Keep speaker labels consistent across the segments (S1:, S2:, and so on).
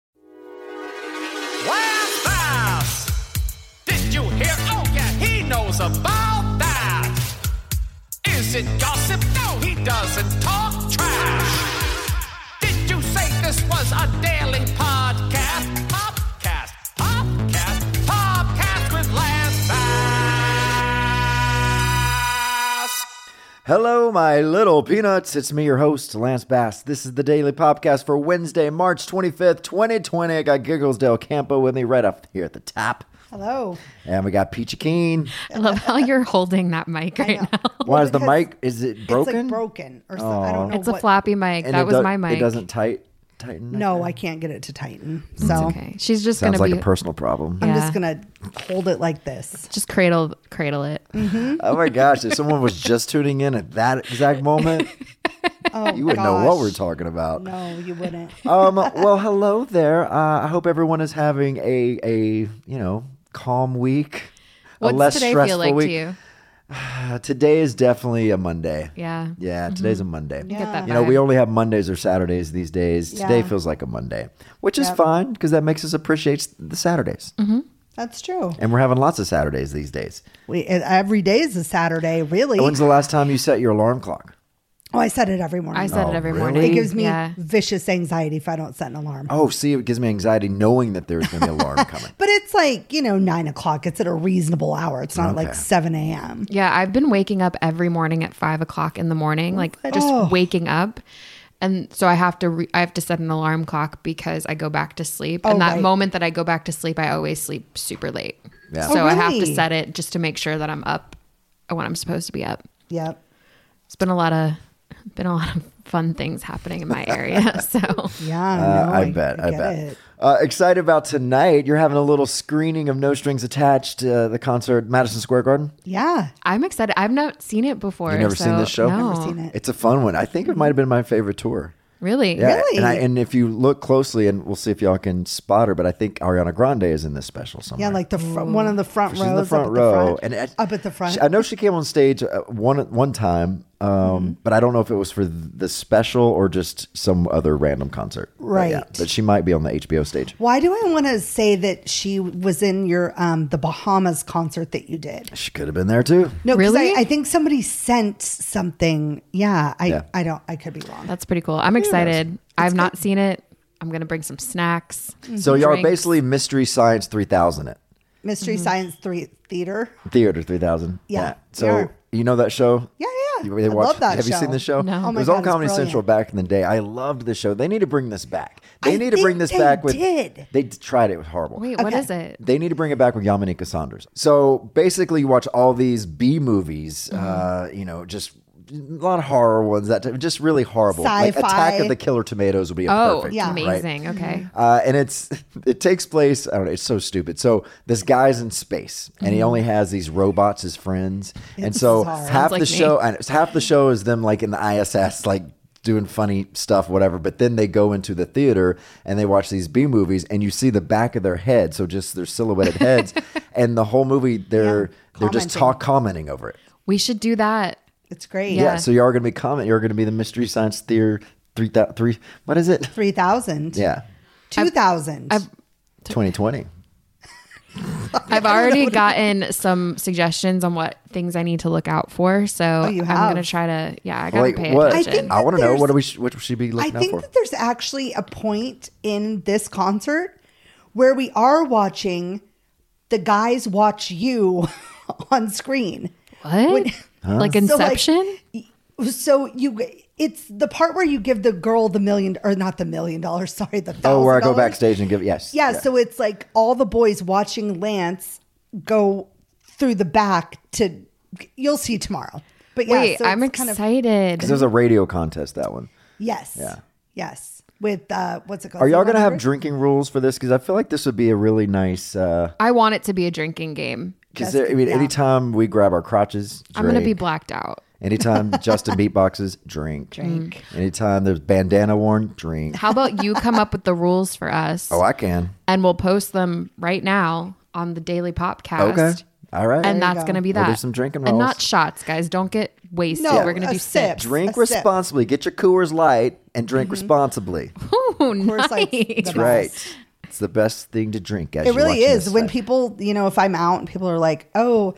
S1: Oh, illicit gossip? No, he doesn't talk trash. Did you say this was a daily podcast? Popcast, popcast, popcast with Lance Bass.
S2: Hello, my little peanuts. It's me, your host, Lance Bass. This is the Daily Podcast for Wednesday, March 25th, 2020. I got Giggles Del Campo with me right up here at the top.
S3: Hello.
S2: And we got Peachy Keen.
S4: I love how you're holding that mic right now.
S2: Why is the
S3: because
S2: mic, is it
S3: It's
S2: broken?
S3: like broken or something. I don't know
S4: It's
S3: what.
S4: a floppy mic.
S2: And
S4: that
S2: it
S4: was
S2: do-
S4: my mic.
S2: It doesn't tight, tighten.
S3: No, I can't get it to tighten. So
S4: Okay. She's just
S2: Sounds
S4: gonna
S2: like
S4: be
S2: a personal problem.
S3: Oh. I'm
S4: Yeah.
S3: just gonna hold it like this.
S4: just cradle cradle it.
S3: Mm.
S2: oh my gosh, if someone was just tuning in at that exact moment,
S3: Oh,
S2: you wouldn't know what we're
S3: gosh.
S2: talking about.
S3: No, you wouldn't.
S2: um, well, hello there. Uh, I hope everyone is having a a you know calm week,
S4: What's
S2: a less
S4: today
S2: stressful
S4: feel like
S2: week.
S4: to you?
S2: Uh, today is definitely a Monday.
S4: Yeah.
S2: Yeah, today's a Monday.
S4: Get that
S2: You know, we
S4: vibe.
S2: only have Mondays or Saturdays these days. Today
S3: Yeah.
S2: feels like a Monday, which is fine because that makes us appreciate the Saturdays.
S4: Mm-hmm.
S3: That's true.
S2: And we're having lots of Saturdays these days.
S3: We and every day is a Saturday, really.
S2: When's the last time you set your alarm clock?
S3: Oh, I set it every morning.
S4: I said
S2: Oh,
S4: it every
S2: really?
S4: morning.
S3: it gives me
S4: Yeah.
S3: vicious anxiety if I don't set an alarm.
S2: Oh, see, it gives me anxiety knowing that there's going to be an alarm coming.
S3: But it's like you know nine o'clock. It's at a reasonable hour. It's not like
S2: Okay.
S3: seven a.m.
S4: Yeah, I've been waking up every morning at five o'clock in the morning, like just
S2: Oh.
S4: waking up. And so I have to re- I have to set an alarm clock because I go back to sleep.
S3: Oh,
S4: and that
S3: right.
S4: moment that I go back to sleep, I always sleep super late.
S2: Yeah.
S4: So
S3: Oh,
S4: I have to
S3: really?
S4: set it just to make sure that I'm up when I'm supposed to be up.
S3: Yep.
S4: It's been a lot of been a lot of fun things happening in my area. So
S3: Yeah.
S2: Uh,
S3: no,
S2: I, bet. I,
S3: get
S2: bet.
S3: it.
S2: Uh, excited about tonight. You're having a little screening of No Strings Attached, uh, the concert, Madison Square Garden.
S3: Yeah.
S4: I'm excited. I've not seen it before.
S2: You've never
S4: so
S2: seen this show?
S4: No.
S3: Never seen it.
S2: It's a fun one. I think it might have been my favorite tour.
S4: Really?
S2: Yeah,
S3: Really?
S2: And, I, and if you look closely, and we'll see if y'all can spot her, but I think Ariana Grande is in this special somewhere.
S3: Yeah, like the fr- one of the front
S2: she's
S3: rows.
S2: in the front
S3: up at
S2: row,
S3: the front,
S2: and it-
S3: up at the front.
S2: she- I know she came on stage uh, one one time, um,
S3: Mm-hmm.
S2: but I don't know if it was for the special or just some other random concert. But yeah,
S3: Right.
S2: but she might be on the HBO stage.
S3: Why do I want to say that she was in your um, the Bahamas concert that you did?
S2: She could have been there too.
S3: No, 'cause
S4: Really?
S3: I, I think somebody sent something. Yeah, I
S2: Yeah.
S3: I don't. I could be wrong.
S4: That's pretty cool. I'm excited. I've not seen it. I'm gonna bring some snacks.
S3: Mm.
S2: So
S3: Mm-hmm.
S2: y'all are
S4: Drinks.
S2: basically Mystery Science 3000 it.
S3: Mystery
S4: Mm-hmm.
S3: Science Three Theater.
S2: Theater 3000.
S3: Yeah, we
S2: So
S3: are.
S2: you know that show?
S3: Yeah, yeah.
S2: You really
S3: I love
S2: watch,
S3: that
S2: have you
S3: show.
S2: seen the show?
S4: No.
S3: Oh
S2: it
S3: my
S2: was
S3: God,
S2: on
S3: it's
S2: Comedy
S3: brilliant.
S2: Central back in the day. I loved the show. They need to bring this back. They
S3: I
S2: need to bring this
S3: think they
S2: back with.
S3: did.
S2: They d- tried it with horrible.
S4: Wait, what
S3: Okay.
S4: is it?
S2: They need to bring it back with Yamanika Saunders. So basically, you watch all these B movies, uh,
S4: Mm-hmm.
S2: you know, just a lot of horror ones, that type, just really horrible. Like Attack
S3: Sci-fi.
S2: of the Killer Tomatoes would be a
S4: Oh,
S2: perfect.
S3: Yeah. Mm-hmm.
S2: right?
S4: amazing. Okay.
S2: Uh, and it's it takes place. I don't know. It's so stupid. So this guy's in space, and he only has these robots as friends. and so
S3: bizarre.
S2: half
S4: Sounds like
S2: the
S4: me.
S2: show, and it's half the show is them like in the ISS, like doing funny stuff, whatever. But then they go into the theater and they watch these B movies, and you see the back of their head, so just their silhouetted heads, and the whole movie they're they're just
S3: commenting.
S2: talk commenting over it.
S4: We should do that.
S3: It's great.
S2: Yeah.
S4: Yeah.
S2: so you are going to be comment. You're going to be the mystery science theater three thou- three. What is it?
S3: Three thousand.
S2: Yeah,
S3: Two thousand.
S2: twenty twenty.
S4: I've already gotten some suggestions on what things I need to look out for. So
S3: Oh, you
S4: I'm gonna
S3: have?
S4: try to yeah, I gotta
S2: Like,
S4: pay
S2: what?
S4: attention.
S3: I think
S2: I want to
S3: that
S2: know what do
S3: there's-
S2: we sh- what should be
S3: I
S2: looking out
S3: think
S2: for.
S3: that there's actually a point in this concert where we are watching the guys watch you on screen.
S4: what? Like
S3: So, like,
S4: Inception?
S3: So you, it's the part where you give the girl the million or not the million dollars. Sorry, the thousand
S2: oh, where I go
S3: dollars.
S2: backstage and give yes.
S3: Yeah, so it's like all the boys watching Lance go through the back to. You'll see tomorrow, but yeah,
S4: Wait,
S3: so
S4: I'm
S3: it's kind of-
S4: excited.
S2: Because there's a radio contest that one.
S3: yes, yes. With uh, what's it called?
S2: Are y'all gonna have
S3: 100?
S2: drinking rules for this? Because I feel like this would be a really nice. Because
S4: I want it to be a drinking game.
S2: I mean, anytime we grab our crotches, drink.
S4: I'm gonna be blacked out.
S2: Anytime Justin beatboxes, drink. Drink. Anytime there's bandana worn, drink.
S4: How about you come up with the rules for us?
S2: Oh, I can.
S4: and we'll post them right now on the Daily Popcast.
S2: Okay. All right.
S4: And that's going to be
S2: We'll
S4: that.
S2: do some drinking
S4: And
S2: rolls.
S4: not shots, guys. Don't get wasted.
S3: No,
S4: We're going
S3: a
S4: to do
S3: sip.
S4: sips.
S2: drink
S3: a sip.
S2: responsibly. Get your Coors Light and drink
S4: Mm-hmm.
S2: responsibly.
S4: Oh,
S3: Of course, like, the
S4: nice.
S3: best.
S2: right. It's the best thing to drink. As
S3: It really is. When
S2: people.
S3: people, you know, if I'm out and people are like, "Oh,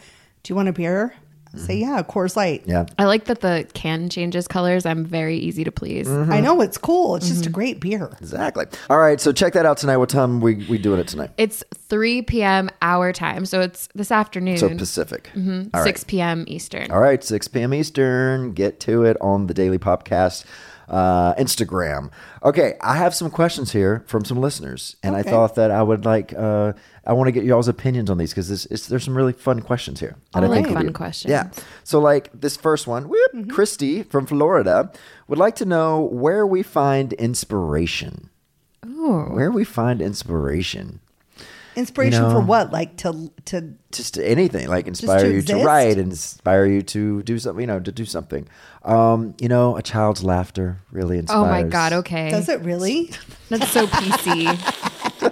S3: do you want a beer?" So yeah, Coors Light.
S2: Mm-hmm. Yeah.
S4: I like that the can changes colors. I'm very easy to please.
S2: Mm-hmm.
S3: I know it's cool. It's
S4: Mm-hmm.
S3: just a great beer.
S2: Exactly. All right. So check that out tonight. What time we we doing it tonight?
S4: It's 3 p.m. our time, so it's this afternoon,
S2: So Pacific. Mm-hmm.
S4: 6 p.m. Eastern.
S2: All right, 6 p.m. Eastern. Get to it on the Daily Popcast uh, Instagram. Okay, I have some questions here from some listeners, and I thought that I would like, uh, I want to get y'all's opinions on these because it's, it's, there's some really fun questions here. And
S4: I like
S2: would
S4: Oh, fun
S2: be-
S4: questions. Mm-hmm.
S2: Yeah. So, like this first one, whoop, Christy from Florida would like to know where we find inspiration. Where we find inspiration.
S3: Inspiration for
S2: No.
S3: what? Like to to
S2: just anything like inspire you to
S3: exist?
S2: write inspire you to do something you know to do something um you know a child's laughter really inspires
S4: Oh my god, okay.
S3: does it really?
S4: That's so PC.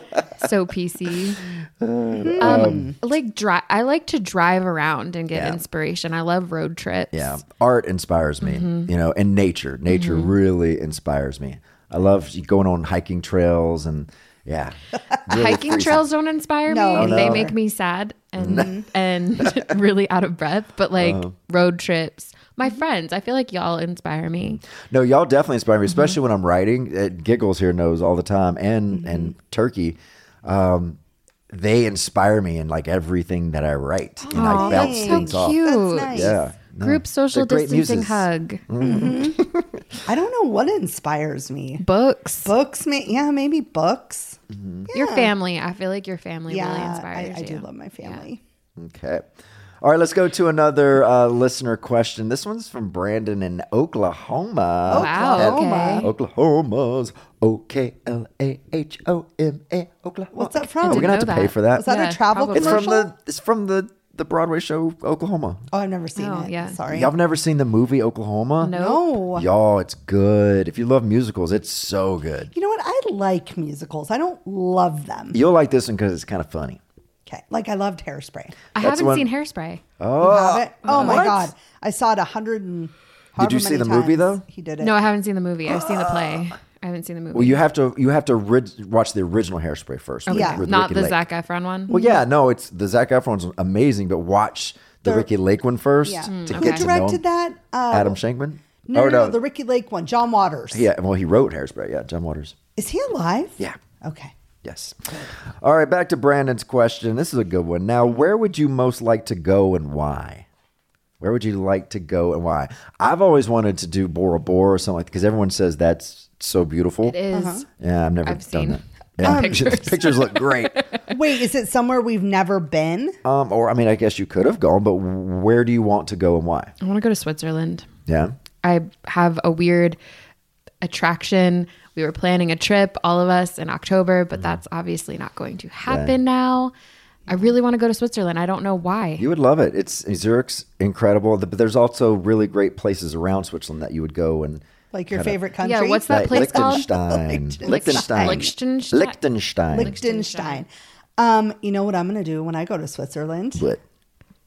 S4: so PC.
S2: Uh,
S4: Um, like dri- I like to drive around and get
S2: Yeah.
S4: inspiration. I love road trips.
S2: yeah art inspires me
S4: Mm-hmm.
S2: you know and nature nature really inspires me i love going on hiking trails and yeah Really
S4: Hiking
S2: freezing.
S4: trails don't inspire
S3: No,
S4: me.
S3: Oh,
S4: They
S2: no.
S4: make me sad and and really out of breath. But like
S2: Uh-huh.
S4: road trips, my
S3: Mm-hmm.
S4: friends, I feel like y'all inspire me.
S2: No, y'all definitely inspire me,
S4: Mm-hmm.
S2: especially when I'm writing. Uh, Giggles here knows all the time, and
S4: Mm-hmm.
S2: and Turkey, um, they inspire me in like everything that I write, and I bounce
S3: that's so
S2: things off.
S4: Cute.
S3: nice.
S2: Yeah,
S4: Group social
S2: They're great
S4: distancing
S2: muses. Mm.
S4: hug.
S3: I don't know what inspires me.
S4: Books.
S3: Books, may, yeah, maybe books.
S4: Your family. I feel like your family
S3: yeah,
S4: really
S3: I,
S4: inspires
S3: I
S4: you.
S3: do love my family.
S2: Okay. All right, let's go to another uh, listener question. This one's from Brandon in Oklahoma.
S4: Wow,
S2: At
S4: okay.
S2: Oklahoma's O K L A H O M A. Oklahoma.
S3: What's that from?
S2: Oh, We're gonna have to
S4: know
S2: pay
S4: that.
S2: for that.
S3: Was that
S4: Yeah,
S3: a travel
S4: probably.
S2: it's
S3: commercial?
S2: from the it's from the the Broadway show Oklahoma.
S3: oh, I've never seen
S4: Oh,
S3: it.
S4: yeah.
S3: Sorry.
S2: Y'all have never seen the movie Oklahoma?
S4: No.
S3: No.
S2: Y'all, it's good. If you love musicals, it's so good.
S3: You know what? I like musicals. I don't love them.
S2: You'll like this one because it's kind of funny.
S3: Okay. Like I loved Hairspray.
S4: I
S2: That's
S4: haven't
S2: one-
S4: seen hairspray.
S3: Oh, have it? oh my
S2: Uh, what?
S3: god! I saw it a hundred and.
S2: Did you
S3: however
S2: see
S3: many
S2: the movie,
S3: times
S2: though?
S3: He did it.
S4: No, I haven't seen the movie. I've seen the play. I haven't seen the movie.
S2: Well, you have to you have to rid- watch the original Hairspray first. with-
S3: Yeah.
S2: with
S4: Not
S2: Ricky
S4: the
S2: Lake.
S4: Zac Efron one.
S2: Well,
S3: Mm-hmm.
S2: yeah, no, it's the Zach Efron's amazing, but watch the, Ricky Lake one first
S3: Yeah.
S2: to
S3: Who
S2: get to know him.
S3: directed that? Uh,
S2: Adam Shankman.
S3: no,
S2: Oh,
S3: no, no, the Ricky Lake one. John Waters.
S2: yeah, well, he wrote Hairspray. Yeah, John Waters.
S3: Is he alive?
S2: Yeah.
S3: Okay.
S2: Yes. All right, back to Brandon's question. This is a good one. Now, where would you most like to go and why? Where would you like to go and why? I've always wanted to do Bora Bora or something like because everyone says that's so beautiful.
S4: It is.
S2: Yeah, I've never
S4: I've
S2: done
S4: seen
S2: that. Yeah, pictures. look great.
S3: Wait, is it somewhere we've never been?
S2: Um, or I mean, I guess you could have gone, but where do you want to go and why?
S4: I want to go to Switzerland.
S2: Yeah.
S4: I have a weird attraction. We were planning a trip, all of us, in October,
S2: Mm.
S4: but that's obviously not going to happen now. I really want to go to Switzerland. I don't know why.
S2: You would love it. It's Zurich's incredible, th- but there's also really great places around Switzerland that you would go and
S3: Like your
S2: kinda-
S3: favorite country?
S4: Yeah, what's that place called?
S2: Liechtenstein. Liechtenstein.
S4: Liechtenstein. Liechtenstein.
S2: Liechtenstein.
S3: Liechtenstein. Um, you know what I'm going to do when I go to Switzerland?
S2: But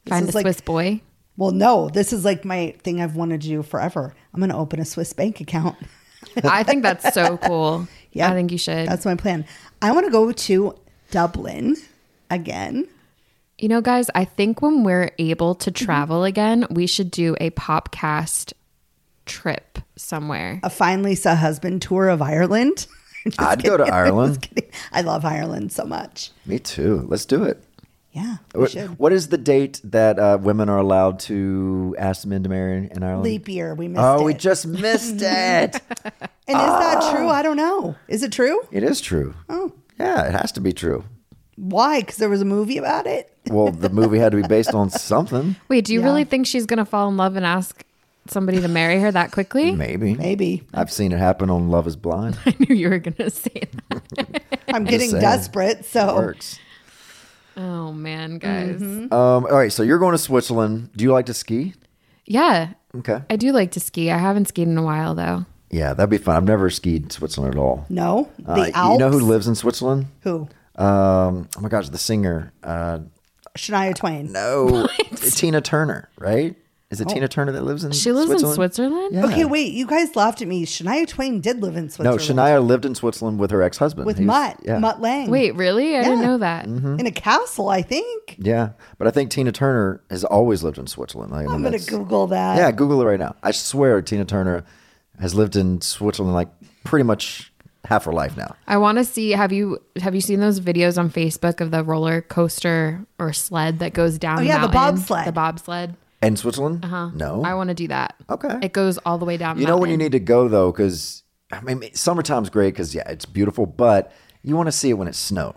S4: Find a
S3: is like-
S4: Swiss boy.
S3: Well, no, this is like my thing I've wanted to do forever. I'm going to open a Swiss bank account.
S4: I think that's so cool.
S3: Yeah.
S4: I think you should.
S3: That's my plan. I want to go to Dublin again.
S4: You know, guys, I think when we're able to
S2: Mm-hmm.
S4: travel again, we should do a popcast trip somewhere.
S3: A fine Lisa husband tour of Ireland. Just
S2: I'd go to
S3: kidding.
S2: Ireland.
S3: Just kidding. I love Ireland so much.
S2: Me too. Let's do it.
S3: Yeah, we
S2: What, Um,
S3: should.
S2: what is the date that uh, women are allowed to ask men to marry in Ireland?
S3: Leap year. We missed
S2: Oh,
S3: it.
S2: we just Ah! missed it.
S3: and is that true? I don't know. Is it true?
S2: It is true. Oh. Yeah, it has to be true.
S3: Why? Because there was a movie about it.
S2: Well, the movie had to be based on something.
S4: Wait, do you really think she's going to fall in love and ask somebody to marry her that quickly?
S2: Maybe.
S3: Maybe.
S2: I've seen it happen on Love is Blind.
S4: I knew you were going to say that.
S3: I'm getting
S2: saying.
S3: desperate. So
S2: works.
S4: Oh, man, guys.
S2: Um, all right, so you're going to Switzerland. Do you like to ski?
S4: Yeah.
S2: Okay.
S4: I do like to ski. I haven't skied in a while, though.
S2: Yeah, that'd be fun. I've never skied in Switzerland at all.
S3: no, the
S2: Uh,
S3: Alps.
S2: You know who lives in Switzerland?
S3: Who?
S2: Um, oh my gosh, the singer. Uh,
S3: Shania Twain.
S2: no, Tina Turner, right? Is
S3: Oh.
S2: it Tina Turner that lives in?
S4: She lives
S2: Switzerland?
S4: in Switzerland.
S2: Yeah.
S3: Okay, wait. You guys laughed at me. Shania Twain did live in
S2: No,
S3: Switzerland.
S2: Shania lived in Switzerland with her ex-husband
S3: with
S2: He was-
S3: Mutt,
S2: Yeah.
S3: Mutt Lang.
S4: Wait, really? I didn't
S3: Yeah.
S4: know that.
S2: Mm-hmm.
S3: in a castle, I think.
S2: Yeah, but I think Tina Turner has always lived in Switzerland. Like, I mean,
S3: I'm gonna
S2: that's-
S3: Google that.
S2: Yeah, Google it right now. I swear Tina Turner has lived in Switzerland like pretty much half her life now.
S4: I want to see. Have you have you seen those videos on Facebook of the roller coaster or sled that goes
S2: Oh,
S4: down?
S3: yeah, the
S4: mountain?
S3: bobsled.
S4: The bobsled.
S2: And Switzerland? Uh-huh. No.
S4: I want to do that.
S2: Okay.
S4: It goes all the way down.
S2: you know when you
S4: mountain.
S2: need to go though cuz I mean summertime's great cuz yeah, it's beautiful, but you want to see it when it's snow.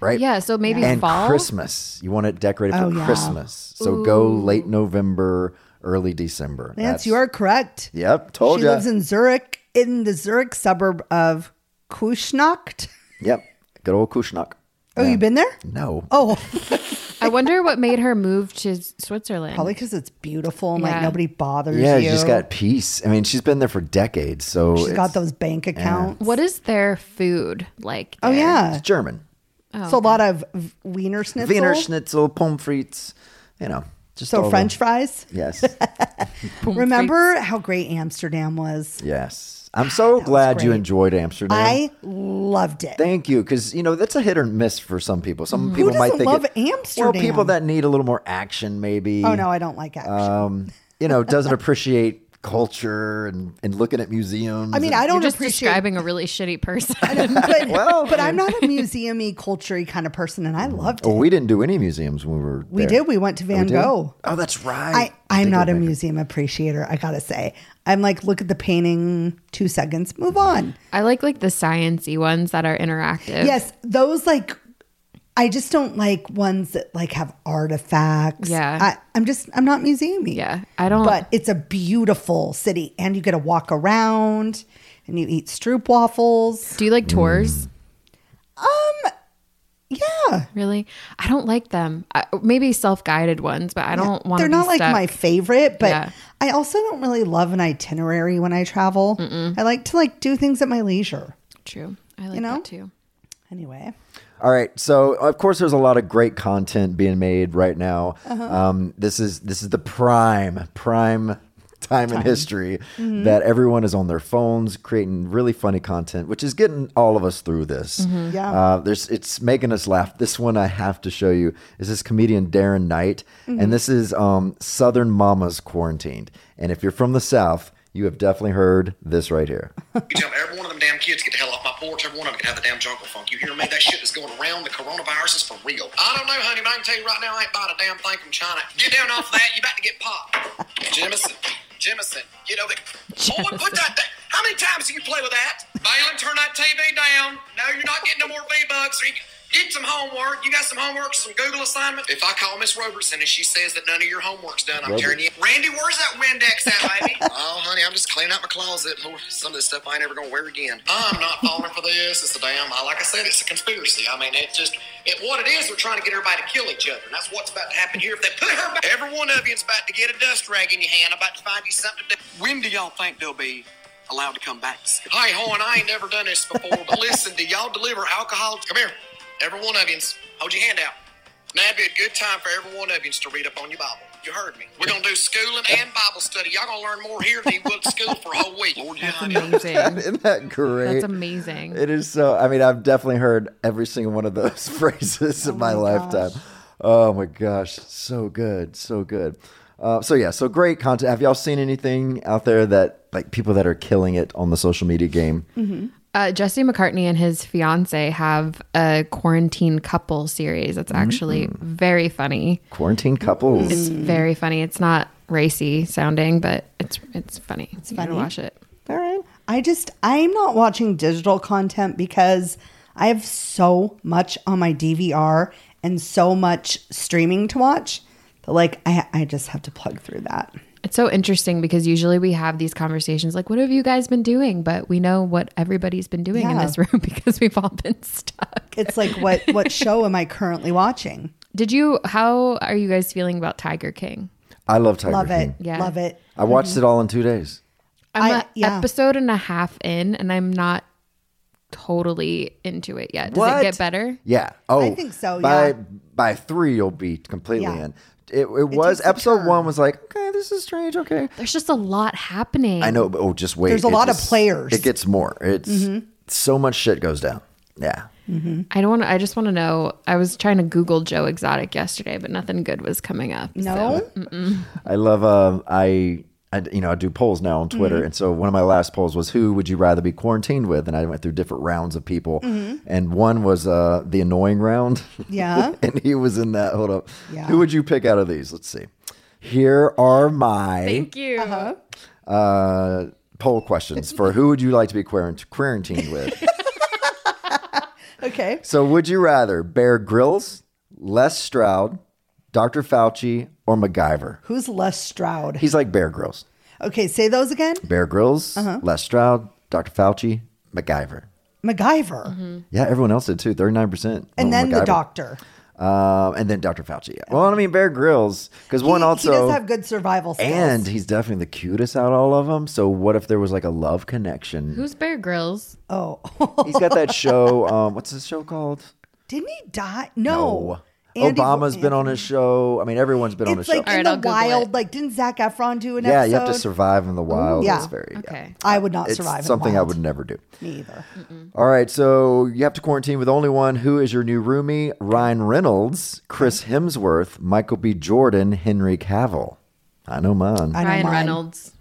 S2: Right?
S4: Yeah, so maybe
S2: and
S4: fall?
S2: Christmas. You want it decorated for
S3: Oh, yeah.
S2: Christmas. So go late November, early December.
S3: Lance, you are correct.
S2: Yep, told
S3: she
S2: you.
S3: lives in Zurich, in the Zurich suburb of Kuschnacht.
S2: yep. Good old Kushnak.
S3: Oh, you been there?
S2: No.
S3: Oh,
S4: I wonder what made her move to S- Switzerland.
S3: probably because it's beautiful and like
S4: Yeah.
S3: nobody bothers
S2: yeah,
S3: you.
S2: she just got peace. I mean, she's been there for decades, so
S3: She's got
S2: it's-
S3: those bank accounts.
S4: What is their food like?
S3: Oh
S4: there?
S3: yeah,
S2: it's German.
S3: so a
S4: Oh,
S3: lot of v- Wiener schnitzel.
S2: Wiener Schnitzel, pommes frites, you know, just all
S3: So
S2: the-
S3: French fries.
S2: Yes,
S3: Remember how great Amsterdam was?
S2: yes. I'm so glad you
S3: great.
S2: enjoyed Amsterdam.
S3: I loved it.
S2: Thank you, because you know that's a hit or miss for some people. Some people might
S3: doesn't
S2: think
S3: love
S2: it-
S3: Amsterdam?
S2: Well, people that need a little more action, maybe.
S3: oh no, I don't like action.
S2: um, you know, doesn't appreciate culture and and looking at museums.
S3: I mean,
S2: and-
S3: I
S4: You're
S3: don't
S4: just
S3: appreciate.
S4: describing a really shitty person.
S3: but,
S2: Well,
S3: but I'm not a museumy, culture kind of person, and I loved it.
S2: Well, we didn't do any museums when we were.
S3: We
S2: there.
S3: did. We went to
S2: We
S3: Van
S2: did?
S3: Gogh.
S2: Oh, that's right.
S3: I, I'm
S2: Think
S3: not
S2: of
S3: a
S2: that.
S3: museum appreciator. I gotta say, I'm like, look at the painting, two seconds, move on.
S4: I like like the sciency ones that are interactive.
S3: Yes, those like, I just don't like ones that like have artifacts.
S4: Yeah.
S3: I, I'm just, I'm not museumy.
S4: Yeah. I don't.
S3: but it's a beautiful city, and you get to walk around, and you eat stroop waffles.
S4: do you like tours?
S3: Yeah,
S4: Really? I don't like them. I, maybe self guided ones, but I don't want.
S3: they're not like my favorite, but
S4: Yeah.
S3: I also don't really love an itinerary when I travel. I like to like do things at my leisure.
S4: True. I like
S3: know?
S4: that too.
S3: Anyway,
S2: All right, so of course there's a lot of great content being made right now. Um, this is this is the prime prime time, in history that everyone is on their phones creating really funny content, which is getting all of us through this.
S3: Yeah.
S2: uh, there's it's making us laugh. This one I have to show you is this comedian Darren Knight, and this is um, Southern Mamas quarantined. And if you're from the South, you have definitely heard this right here.
S5: You tell every one of them damn kids get the hell off my porch. Every one of them can have the damn jungle funk. You hear me? That shit is going around. The coronavirus is for real. I don't know, honey, but I can tell you right now, I ain't buying a damn thing from China. Get down off that. You about to get popped. Jemison, Jemison, you know that. Boy, put that. da- How many times do you play with that? Balaam, turn that TV down. No, you're not getting no more V bucks. Get some homework. You got some homework, some Google assignment. If I call Miss Robertson and she says that none of your homework's done, I'm tearing you. Randy, where's that Windex at, baby? oh, honey, I'm just cleaning out my closet. Lord, Some of this stuff I ain't ever gonna wear again. I'm not falling for this. It's a damn. I- Like I said, it's a conspiracy. I mean, it's just it, what it is. They're trying to get everybody to kill each other, and that's what's about to happen here. If they put her back, every one of you is about to get a dust rag in your hand. About to find you something to do. When do y'all think they'll be allowed to come back to school. Hi, Horn, I ain't never done this before, but listen, do y'all deliver alcohol? Come here, every one of you. Hold your hand out. Now would be a good time for every one of you to read up on your Bible. You heard me. We're going to do schooling and Bible study. Y'all going to learn more here than you will at school for a whole week. Lord, yeah,
S4: That's
S5: honey.
S4: amazing.
S2: Isn't that great?
S4: That's amazing.
S2: It is so. I mean, I've definitely heard every single one of those phrases in my, lifetime. Oh my gosh, so good, so good. Uh, so yeah, so great content. Have y'all seen anything out there that like people that are killing it on the social media game?
S3: Mm-hmm.
S4: Uh, Jesse McCartney and his fiance have a quarantine couple series that's actually very funny.
S2: Quarantine
S3: Mm-hmm.
S2: couples.
S4: It's very funny. It's not racy sounding, but it's it's funny. It's fun to
S3: funny.
S4: watch it.
S2: All right.
S3: I just I'm not watching digital content because I have so much on my DVR and so much streaming to watch. But like I I just have to plug through that.
S4: It's so interesting because usually we have these conversations like, "What have you guys been doing?" But we know what everybody's been doing in
S3: Yeah.
S4: this room because we've all been stuck.
S3: It's like what what show am I currently watching?
S4: Did you? How are you guys feeling about Tiger King?
S2: I love Tiger
S3: Love
S2: King.
S3: it. Mm-hmm.
S4: Yeah.
S3: Love it.
S2: I watched it all in two days.
S4: I'm
S3: I-
S4: a
S3: yeah.
S4: episode and a half in, and I'm not totally into it yet. Does it
S2: What?
S4: get better?
S2: Yeah. Oh,
S3: think so,
S2: By
S3: yeah.
S2: by three, you'll be completely
S3: Yeah.
S2: in. it, it was
S3: takes a
S2: episode
S3: turn.
S2: one was like okay this is strange okay
S4: There's just a lot happening.
S2: I know but oh just wait
S3: There's a
S2: It
S3: lot of
S2: just-
S3: players. Mm-hmm.
S2: it gets more it's so much shit goes down yeah
S4: I don't want. I just want to know. I was trying to Google Joe Exotic yesterday, but nothing good was coming up.
S3: No,
S2: I love um I I you know I do polls now on
S3: Mm-hmm.
S2: Twitter and so one of my last polls was who would you rather be quarantined with and I went through different rounds of people and one was uh the annoying round
S3: Mm-hmm. Yeah.
S2: and he was in that hold up
S3: Yeah.
S2: who would you pick out of these let's see here are my
S4: Thank you.
S3: Uh-huh.
S2: uh poll questions for who would you like to be quarant- quarantined with
S3: okay.
S2: so would you rather Bear Grylls Les Stroud Dr Fauci or MacGyver
S3: Who's Les Stroud?
S2: he's like Bear Grylls
S3: Okay, say those again.
S2: Bear Grylls,
S3: Uh-huh.
S2: Les Stroud, Dr. Fauci, MacGyver.
S3: MacGyver,
S4: Mm-hmm.
S2: Yeah, everyone else did too. Thirty-nine percent,
S3: and then the doctor.
S2: um, and then Dr. Fauci. Yeah. Well, I mean Bear Grylls, because one
S3: he,
S2: also,
S3: he does have good survival skills.
S2: and he's definitely the cutest out of all of them. So what if there was like a love connection?
S4: Who's Bear Grylls?
S3: oh,
S2: he's got that show. Um, what's the show called?
S3: didn't he die? No,
S2: Oh,
S3: Andy-
S2: Obama's been on his show. I mean, everyone's been on his
S3: It's like
S2: show.
S4: All
S3: in
S4: right,
S3: the
S4: I'll Google
S3: wild.
S4: it.
S3: Like, didn't Zach Efron do an
S2: Yeah,
S3: episode?
S2: you have to survive in the wild.
S3: yeah.
S2: It's very yeah.
S4: Okay. Hmm.
S3: I would not
S2: It's
S3: survive. in
S2: something I
S3: wild.
S2: would never do.
S3: Me either.
S2: All right, so you have to quarantine with only one. Who is your new roomie? Ryan Reynolds, Chris Hemsworth, Michael B. Jordan, Henry Cavill. I know mine.
S3: I know
S4: Ryan
S3: mine.
S4: Reynolds.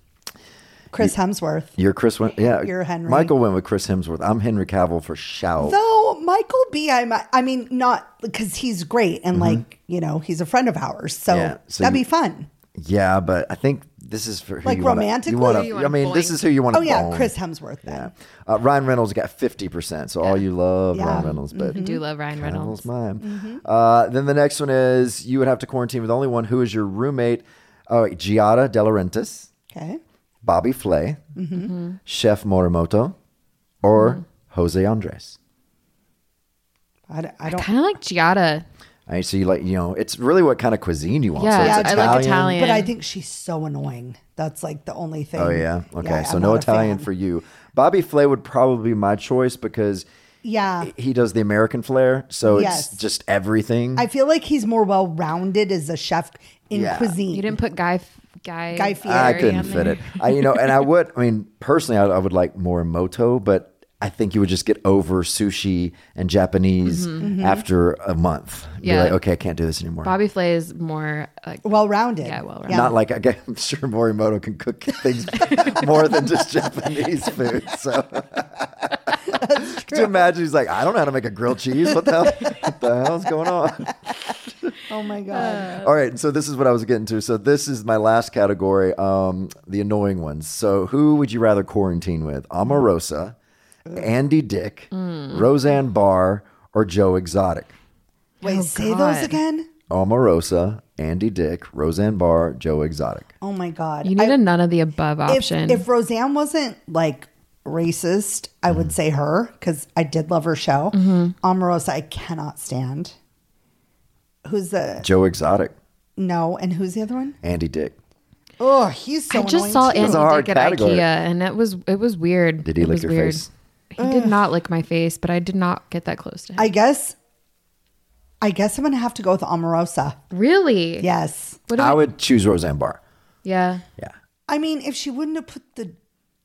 S3: Chris Hemsworth.
S2: You're Chris. Went, yeah,
S3: You're Henry.
S2: Michael went with Chris Hemsworth. I'm Henry Cavill for shout.
S3: Though Michael B, I'm, I mean, not because he's great and like you know he's a friend of ours, so,
S2: Mm-hmm. Yeah, so
S3: that'd
S2: you-
S3: be fun.
S2: yeah, but I think this is for who
S3: Like
S2: you wanna-
S3: romantically?
S2: You wanna,
S4: You
S2: I
S4: wanna
S2: mean, this
S4: boing.
S2: is who you want to.
S3: Oh yeah, Chris Hemsworth. Then.
S2: Yeah. Uh, Ryan Reynolds got fifty percent. So all you love
S3: Yeah. Mm-hmm.
S2: Ryan Reynolds, but
S4: I do love Ryan Reynolds.
S2: Reynolds mine. Uh, then the next one is you would have to quarantine with only one. Who is your roommate? Oh, wait, Giada De Laurentiis,
S3: Okay.
S2: Bobby Flay,
S3: Mm-hmm.
S2: Chef Morimoto, or Jose Andres.
S3: I, d- I don't.
S4: Kind of Oh. like Giada.
S2: All right, so you like you know it's really what kind of cuisine you want.
S4: Yeah,
S2: so
S4: yeah,
S2: it's
S4: I like Italian.
S3: But I think she's so annoying. That's like the only thing.
S2: Oh yeah, okay.
S3: Yeah,
S2: so
S3: I'm
S2: no
S3: not a
S2: Italian
S3: fan.
S2: for you. Bobby Flay would probably be my choice because
S3: Yeah.
S2: he does the American flair, so
S3: Yes.
S2: it's just everything.
S3: I feel like he's more well rounded as a chef in
S2: Yeah.
S3: cuisine.
S4: You didn't put Guy Guy
S3: Guy Fieri
S2: I
S3: Barry
S2: couldn't fit it. I, you know, and I would. I mean, personally, I, I would like more moto, but I think you would just get over sushi and Japanese after a month. Be
S4: Mm-hmm. Yeah.
S2: like, okay, I can't do this anymore.
S4: Bobby Flay is more like
S3: well rounded.
S4: Yeah, well-rounded.
S2: Not like I guess, I'm sure Morimoto can cook things more than just Japanese food. So, Could you imagine he's like, I don't know how to make a grilled cheese. What the hell? What the hell's going on?
S3: oh my
S4: Uh,
S3: god.
S2: All right, so this is what I was getting to. So this is my last category, um, the annoying ones. So who would you rather quarantine with? Omarosa, Andy Dick,
S4: Hmm.
S2: Roseanne Barr, or Joe Exotic?
S3: Wait,
S4: Oh,
S3: say
S4: God.
S3: those again.
S2: Omarosa, Andy Dick, Roseanne Barr, Joe Exotic.
S3: Oh my god.
S4: you need
S3: I-
S4: a none of the above
S3: if,
S4: option.
S3: if Roseanne wasn't like racist, I
S2: Mm.
S3: would say her because I did love her show.
S4: Mm-hmm.
S3: Omarosa, I cannot stand. Who's the
S2: Joe Exotic,
S3: no? And who's the other one?
S2: Andy Dick.
S3: Oh, he's so.
S4: I just
S3: annoying,
S4: saw
S3: too.
S4: Andy
S2: a hard
S4: Dick at
S2: category.
S4: IKEA, and it was it was weird.
S2: Did he
S4: It
S2: lick
S4: was
S2: your
S4: weird.
S2: face?
S4: He did not lick my face, but I did not get that close to him.
S3: I guess. I guess I'm gonna have to go with Omarosa.
S4: really?
S3: Yes.
S4: What do
S2: I
S4: we-
S2: would choose Roseanne Barr.
S4: yeah.
S2: Yeah.
S3: I mean, if she wouldn't have put the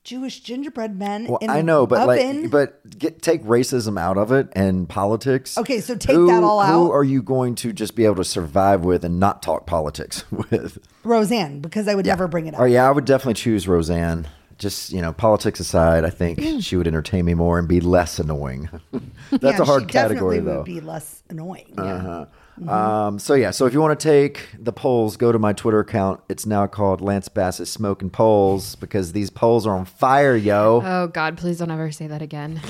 S3: Jewish gingerbread men
S2: Well,
S3: in
S2: I know, but
S3: oven,
S2: like, but get, take racism out of it and politics.
S3: Okay, so take that all
S2: Who
S3: out.
S2: are you going to just be able to survive with and not talk politics with?
S3: Roseanne, because I would never bring it up.
S2: Oh yeah, I would definitely choose Roseanne. Just you know, politics aside, I think she would entertain me more and be less annoying. That's
S3: Yeah,
S2: a hard
S3: she
S2: category
S3: definitely
S2: though. Uh,
S3: Would be less annoying.
S2: Um, so yeah, so if you want to take the polls, go to my Twitter account. It's now called Lance Bass's Smoking Polls because these polls are on fire, yo.
S3: Uh-huh.
S4: Oh God, please don't ever say that again.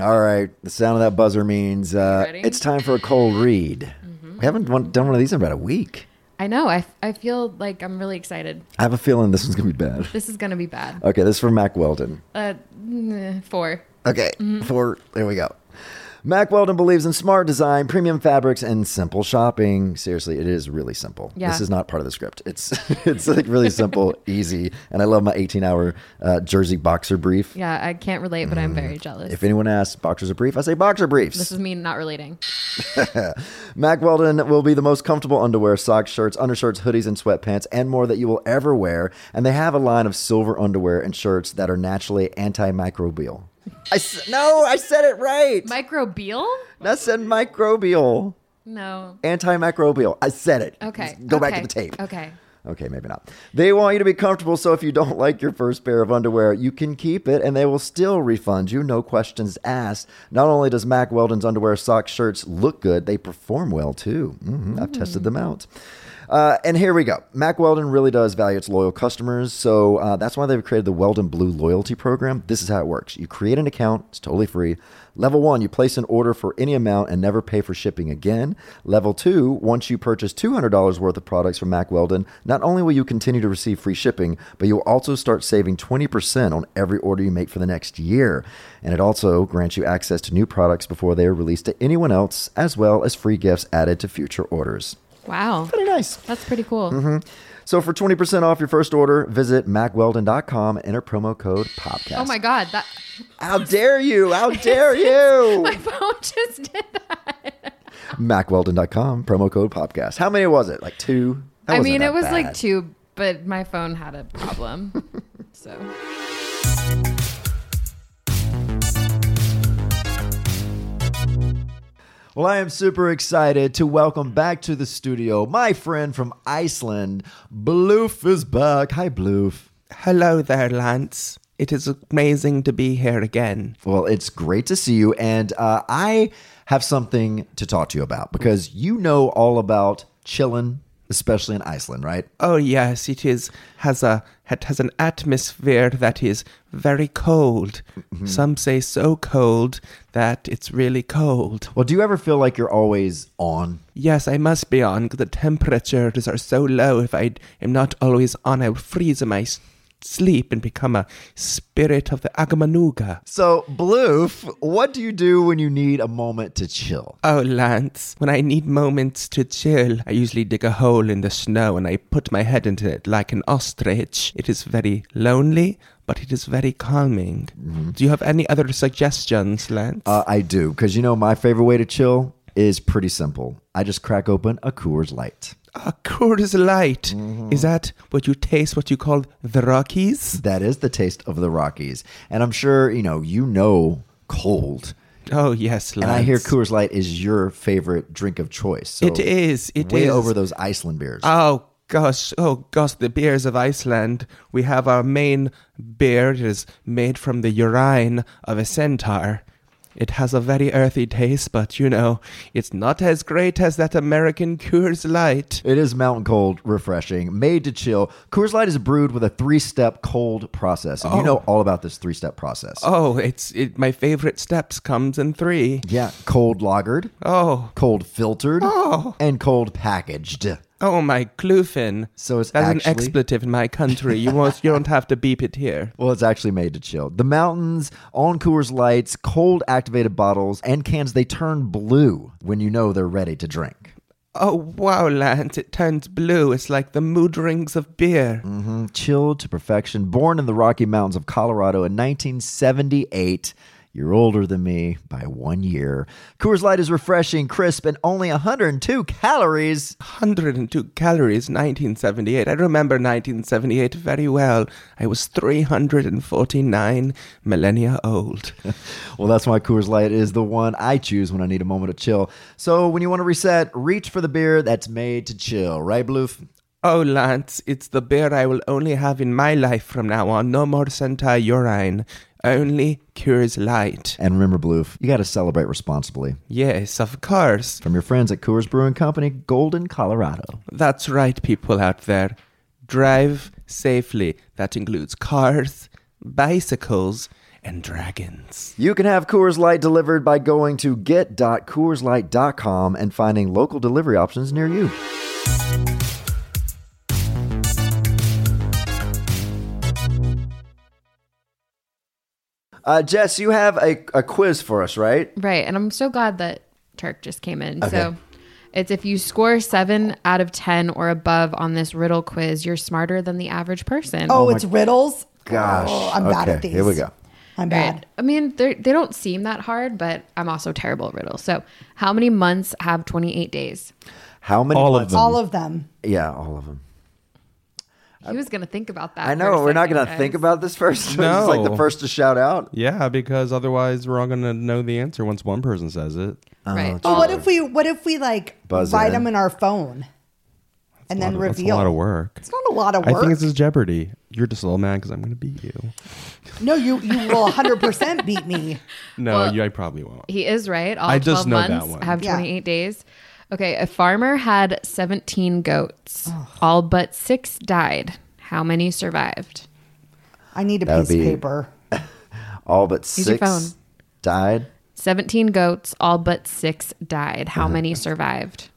S2: All right, the sound of that buzzer means uh,
S4: ready?
S2: it's time for a cold read. We haven't one, done one of these in about a week.
S4: I know. I, I feel like I'm really excited.
S2: I have a feeling this one's gonna be bad.
S4: This is gonna be bad.
S2: Okay, this is from Mac Weldon.
S4: Uh, mm, four.
S2: Okay, four. There we go. Mack Weldon believes in smart design, premium fabrics, and simple shopping. Seriously, it is really simple.
S4: Yeah.
S2: This is not part of the script. It's it's like really simple, easy, and I love my 18 hour uh, jersey boxer brief.
S4: Yeah, I can't relate, but I'm very jealous.
S2: Mm. If anyone asks boxers are brief, I say boxer briefs.
S4: this is me not relating.
S2: Mac Weldon will be the most comfortable underwear, socks, shirts, undershirts, hoodies, and sweatpants, and more that you will ever wear. And they have a line of silver underwear and shirts that are naturally antimicrobial. I s- no, I said it right.
S4: Microbial?
S2: I said microbial,
S4: No.
S2: antimicrobial. I said it.
S4: Okay.
S2: Go back to
S4: okay,
S2: the tape.
S4: Okay.
S2: Okay, maybe not. They want you to be comfortable, so if you don't like your first pair of underwear, you can keep it and they will still refund you, no questions asked. Not only does Mac Weldon's underwear, socks, shirts look good, they perform well too. hmm I've tested them out. Uh, and here we go. Mac Weldon really does value its loyal customers, so uh, that's why they've created the Weldon Blue loyalty program. This is how it works you create an account, it's totally free. Level one, you place an order for any amount and never pay for shipping again. Level two, once you purchase $200 worth of products from Mac Weldon, not only will you continue to receive free shipping, but you'll also start saving 20% on every order you make for the next year. And it also grants you access to new products before they are released to anyone else, as well as free gifts added to future orders.
S4: Wow.
S2: Pretty nice.
S4: That's pretty cool.
S2: Mm-hmm. So for 20% off your first order, visit macweldon.com and enter promo code POPCAST.
S4: Oh my God. That
S2: How dare you? How dare you?
S4: my phone just did that.
S2: macweldon.com, promo code POPCAST. How many was it? Like two? That
S4: I
S2: wasn't
S4: mean,
S2: that
S4: it was
S2: bad.
S4: like two, but my phone had a problem. so
S2: Well, I am super excited to welcome back to the studio my friend from Iceland, Bloof is back. Hi, Bloof.
S6: Hello there, Lance. It is amazing to be here again.
S2: Well, it's great to see you. And uh, I have something to talk to you about because you know all about chilling, especially in Iceland, right?
S6: Oh yes, it is has a it has an atmosphere that is very cold. Some say so cold that it's really cold.
S2: Well, do you ever feel like you're always on?
S6: Yes, I must be on 'cause the temperatures are so low. If I d- am not always on, I will freeze in my s- sleep and become a spirit of the Agamanuga.
S2: So, Bloof, what do you do when you need a moment to chill?
S6: Oh, Lance, when I need moments to chill, I usually dig a hole in the snow and I put my head into it like an ostrich. It is very lonely, but it is very calming. Do you have any other suggestions, Lance?
S2: Mm-hmm. Uh, I do, because you know my favorite way to chill is pretty simple. I just crack open a Coors Light.
S6: a Coors Light.
S2: mm-hmm.
S6: Is that what you taste, what you call the Rockies?
S2: That is the taste of the Rockies, and I'm sure you know you know cold.
S6: Oh, yes, Lance.
S2: And I hear Coors Light is your favorite drink of choice. So
S6: It is. It is
S2: way over those Iceland beers.
S6: Oh gosh, oh gosh, the beers of Iceland. We have our main beer. It is made from the urine of a centaur. It has a very earthy taste, but you know, it's not as great as that American Coors Light.
S2: It is mountain cold, refreshing, made to chill. Coors Light is brewed with a three-step cold process, and you know all about this three-step process.
S6: Oh, it's it, my favorite steps comes in three.
S2: Yeah, cold lagered,
S6: Oh,
S2: cold filtered, and cold packaged.
S6: oh my Clufin.
S2: So it's
S6: that's an
S2: actually-
S6: expletive in my country. You won't, you don't have to beep it here.
S2: Well, it's actually made to chill. The mountains on Coors Lights, cold activated bottles and cans, they turn blue when you know they're ready to drink.
S6: Oh wow, Lance, it turns blue. It's like the mood rings of beer.
S2: Mm, Chilled to perfection, born in the Rocky Mountains of Colorado in 1978. You're older than me by one year. Coors Light is refreshing, crisp, and only 102 calories.
S6: 102 calories 1978 i remember 1978 very well i was 349 millennia old
S2: Well, that's why Coors Light is the one I choose when I need a moment of chill. So when you want to reset, reach for the beer that's made to chill, right, Bloof?
S6: oh lance it's the beer i will only have in my life from now on no more santa urine only cures light
S2: And remember, Bloof, you got to celebrate responsibly.
S6: yes of course
S2: From your friends at Coors Brewing Company, Golden, Colorado.
S6: that's right people out there drive safely that includes cars bicycles and dragons
S2: You can have Coors Light delivered by going to get.coorslight.com and finding local delivery options near you. Uh, Jess, you have a, a quiz for us, right?
S4: Right. And I'm so glad that Turk just came in. So it's if you score seven out of 10 or above on this riddle quiz, you're smarter than the average person.
S3: Oh, it's riddles.
S2: Gosh.
S3: Oh, I'm bad at
S2: Okay,
S3: these.
S2: Here we go.
S3: I'm
S4: Right.
S3: bad.
S4: I mean, they're- they don't seem that hard, but I'm also terrible at riddles. So, how many months have 28 days?
S2: How many?
S7: All of
S2: months-
S7: them.
S3: All of them.
S2: Yeah, all of them.
S4: He was going to think about
S3: Uh,
S4: that.
S2: I
S4: for
S2: know.
S4: a
S2: We're not
S4: second,
S2: going to
S4: guys.
S2: think about this first. No. like the
S7: No.
S2: first to shout out.
S7: Yeah, because otherwise we're all going to know the answer once one person says it.
S4: Right.
S2: Oh,
S3: Well, what if we what if we like
S2: Buzz
S3: write
S2: in.
S3: them in our phone and then
S7: That's
S3: reveal?
S7: a lot of work.
S3: It's not a lot of
S7: I
S3: work.
S7: think this is Jeopardy. You're just a little mad because I'm going to beat you.
S3: no, you you will 100 percent beat me.
S7: No, you, I probably won't.
S4: He is right. All
S7: I
S4: 12
S7: just know that
S4: months
S7: one.
S4: have
S3: Yeah.
S4: 28 days. Okay. A farmer had 17 goats. All but six died. How many survived?
S3: I need a
S2: That would
S3: piece
S2: be-
S3: of paper.
S2: All but
S4: your
S2: six
S4: phone.
S2: died.
S4: 17 goats. All but six died. How many survived?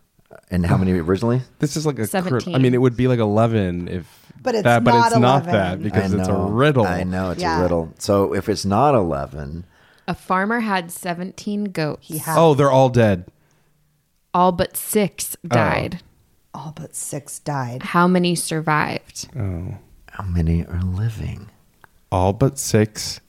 S2: And how many originally?
S7: This is like a. Cur- I
S4: 17.
S7: mean, it would be like 11 if.
S3: But it's
S7: that, but
S3: not
S7: it's not
S3: 11.
S7: that because
S2: I
S7: it's a
S2: know.
S7: riddle.
S2: I know it's a
S3: Yeah.
S2: riddle. So if it's not 11,
S4: A farmer had 17 goats.
S3: He had
S7: Oh, they're all dead.
S4: All but six
S7: Oh.
S4: died.
S3: all Oh, but six died.
S4: How many survived?
S7: Oh.
S2: how many are living?
S7: All but six.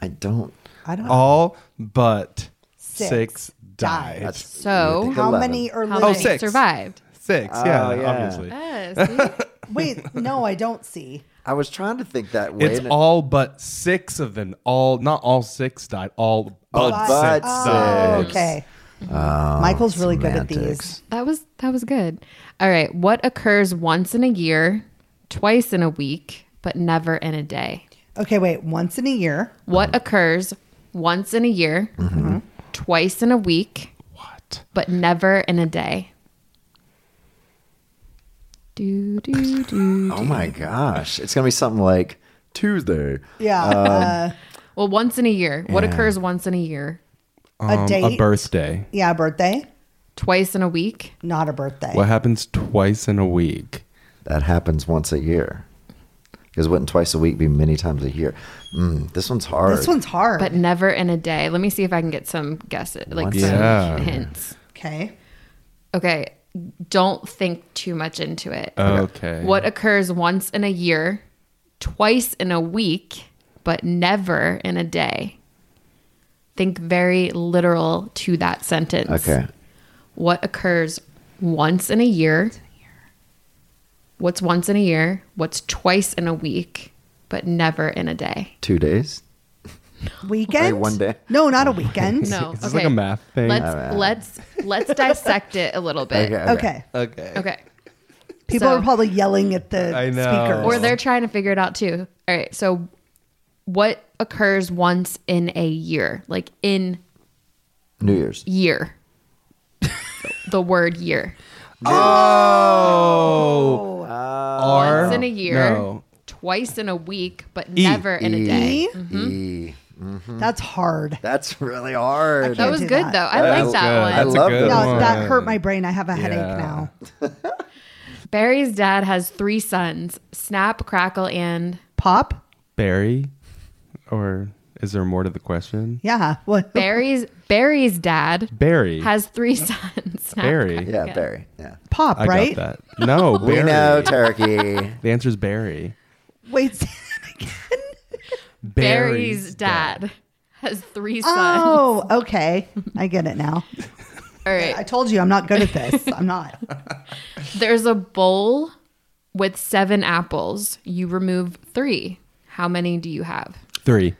S2: I don't.
S3: I
S2: Oh,
S3: don't know.
S7: All but
S3: Six
S7: six,
S3: died.
S7: died.
S2: That's,
S4: So-
S2: you would think
S3: How
S2: 11.
S3: many are
S4: How
S3: living?
S4: many
S7: Oh, six.
S4: survived?
S7: Six. yeah,
S2: Oh, yeah.
S7: obviously.
S4: Yeah, see?
S3: Wait, no, I don't see.
S2: I was trying to think that way.
S7: It's
S2: and it-
S7: all but six of them. All not all six died. All but,
S2: Oh, but
S7: six
S2: six. Oh,
S7: died.
S3: Oh, okay. Michael's really good at
S2: semantics.
S3: these.
S4: that was that was good. All right, what occurs once in a year, twice in a week, but never in a day?
S3: Okay, wait. Once in a year,
S4: What
S7: Uh-huh.
S4: occurs once in a year, twice in a week,
S7: Mm-hmm. What?
S4: but never in a day? Do do do.
S2: Oh my gosh. It's going to be something like Tuesday.
S3: yeah. Uh,
S4: Well, once in a year. What occurs once in a year, um,
S3: a date,
S7: Um, A birthday.
S3: yeah, birthday,
S4: twice in a week,
S3: not a birthday.
S7: What happens twice in a week?
S2: That happens once a year. Because wouldn't twice a week be many times a year? Mm, this one's hard.
S3: This one's hard.
S4: but never in a day? Let me see if I can get some guesses, like
S2: Once
S4: some
S7: in a year.
S4: hints.
S3: okay.
S4: Okay. Don't think too much into it.
S7: Okay.
S4: What occurs once in a year, twice in a week, but never in a day? Think very literal to that sentence.
S2: Okay.
S4: What occurs once in a year? What's once in a year? What's twice in a week, but never in a day?
S2: Two days?
S3: Weekend.
S2: one day.
S3: No, not a weekend.
S4: No.
S7: Is this like a math thing?
S4: Let's let's let's dissect it a little bit.
S2: Okay.
S3: Uh, Okay.
S7: Okay.
S4: okay.
S3: People
S4: So-
S3: are probably yelling at the
S7: I know.
S3: speakers.
S4: Or they're trying to figure it out too. All right. So, what occurs once in a year? Like in
S2: New Year's.
S4: year. the word year.
S7: Oh. Are-
S4: Once in a year.
S7: No. E.
S4: Twice in a week, but never in a day.
S3: E?
S2: E.
S3: That's hard.
S2: That's really hard.
S4: That was
S3: do
S4: good
S3: that.
S4: though. I like that
S7: That's
S4: one.
S2: love
S7: a good
S2: that.
S3: No,
S7: one.
S3: that hurt my brain. I have a headache
S7: Yeah.
S3: now.
S4: Barry's dad has three sons: Snap, Crackle, and
S3: Pop?
S7: Barry, or is there more to the question?
S3: Yeah. What?
S4: Barry's Barry's dad
S7: Barry.
S4: has three sons. Snap,
S7: Barry.
S4: Crackle,
S2: Yeah,
S4: and-
S2: Barry. Yeah.
S3: Pop,
S7: I
S3: right?
S7: got that. Uh, No,
S2: We
S7: Barry.
S2: know turkey.
S7: The answer is Barry.
S3: Wait, say that again.
S4: Barry's dad has three sons.
S3: Oh, okay. I get it now.
S4: All right.
S3: I told you I'm not good at this. I'm not.
S4: There's a bowl with seven apples. You remove three. How many do you have?
S7: Three.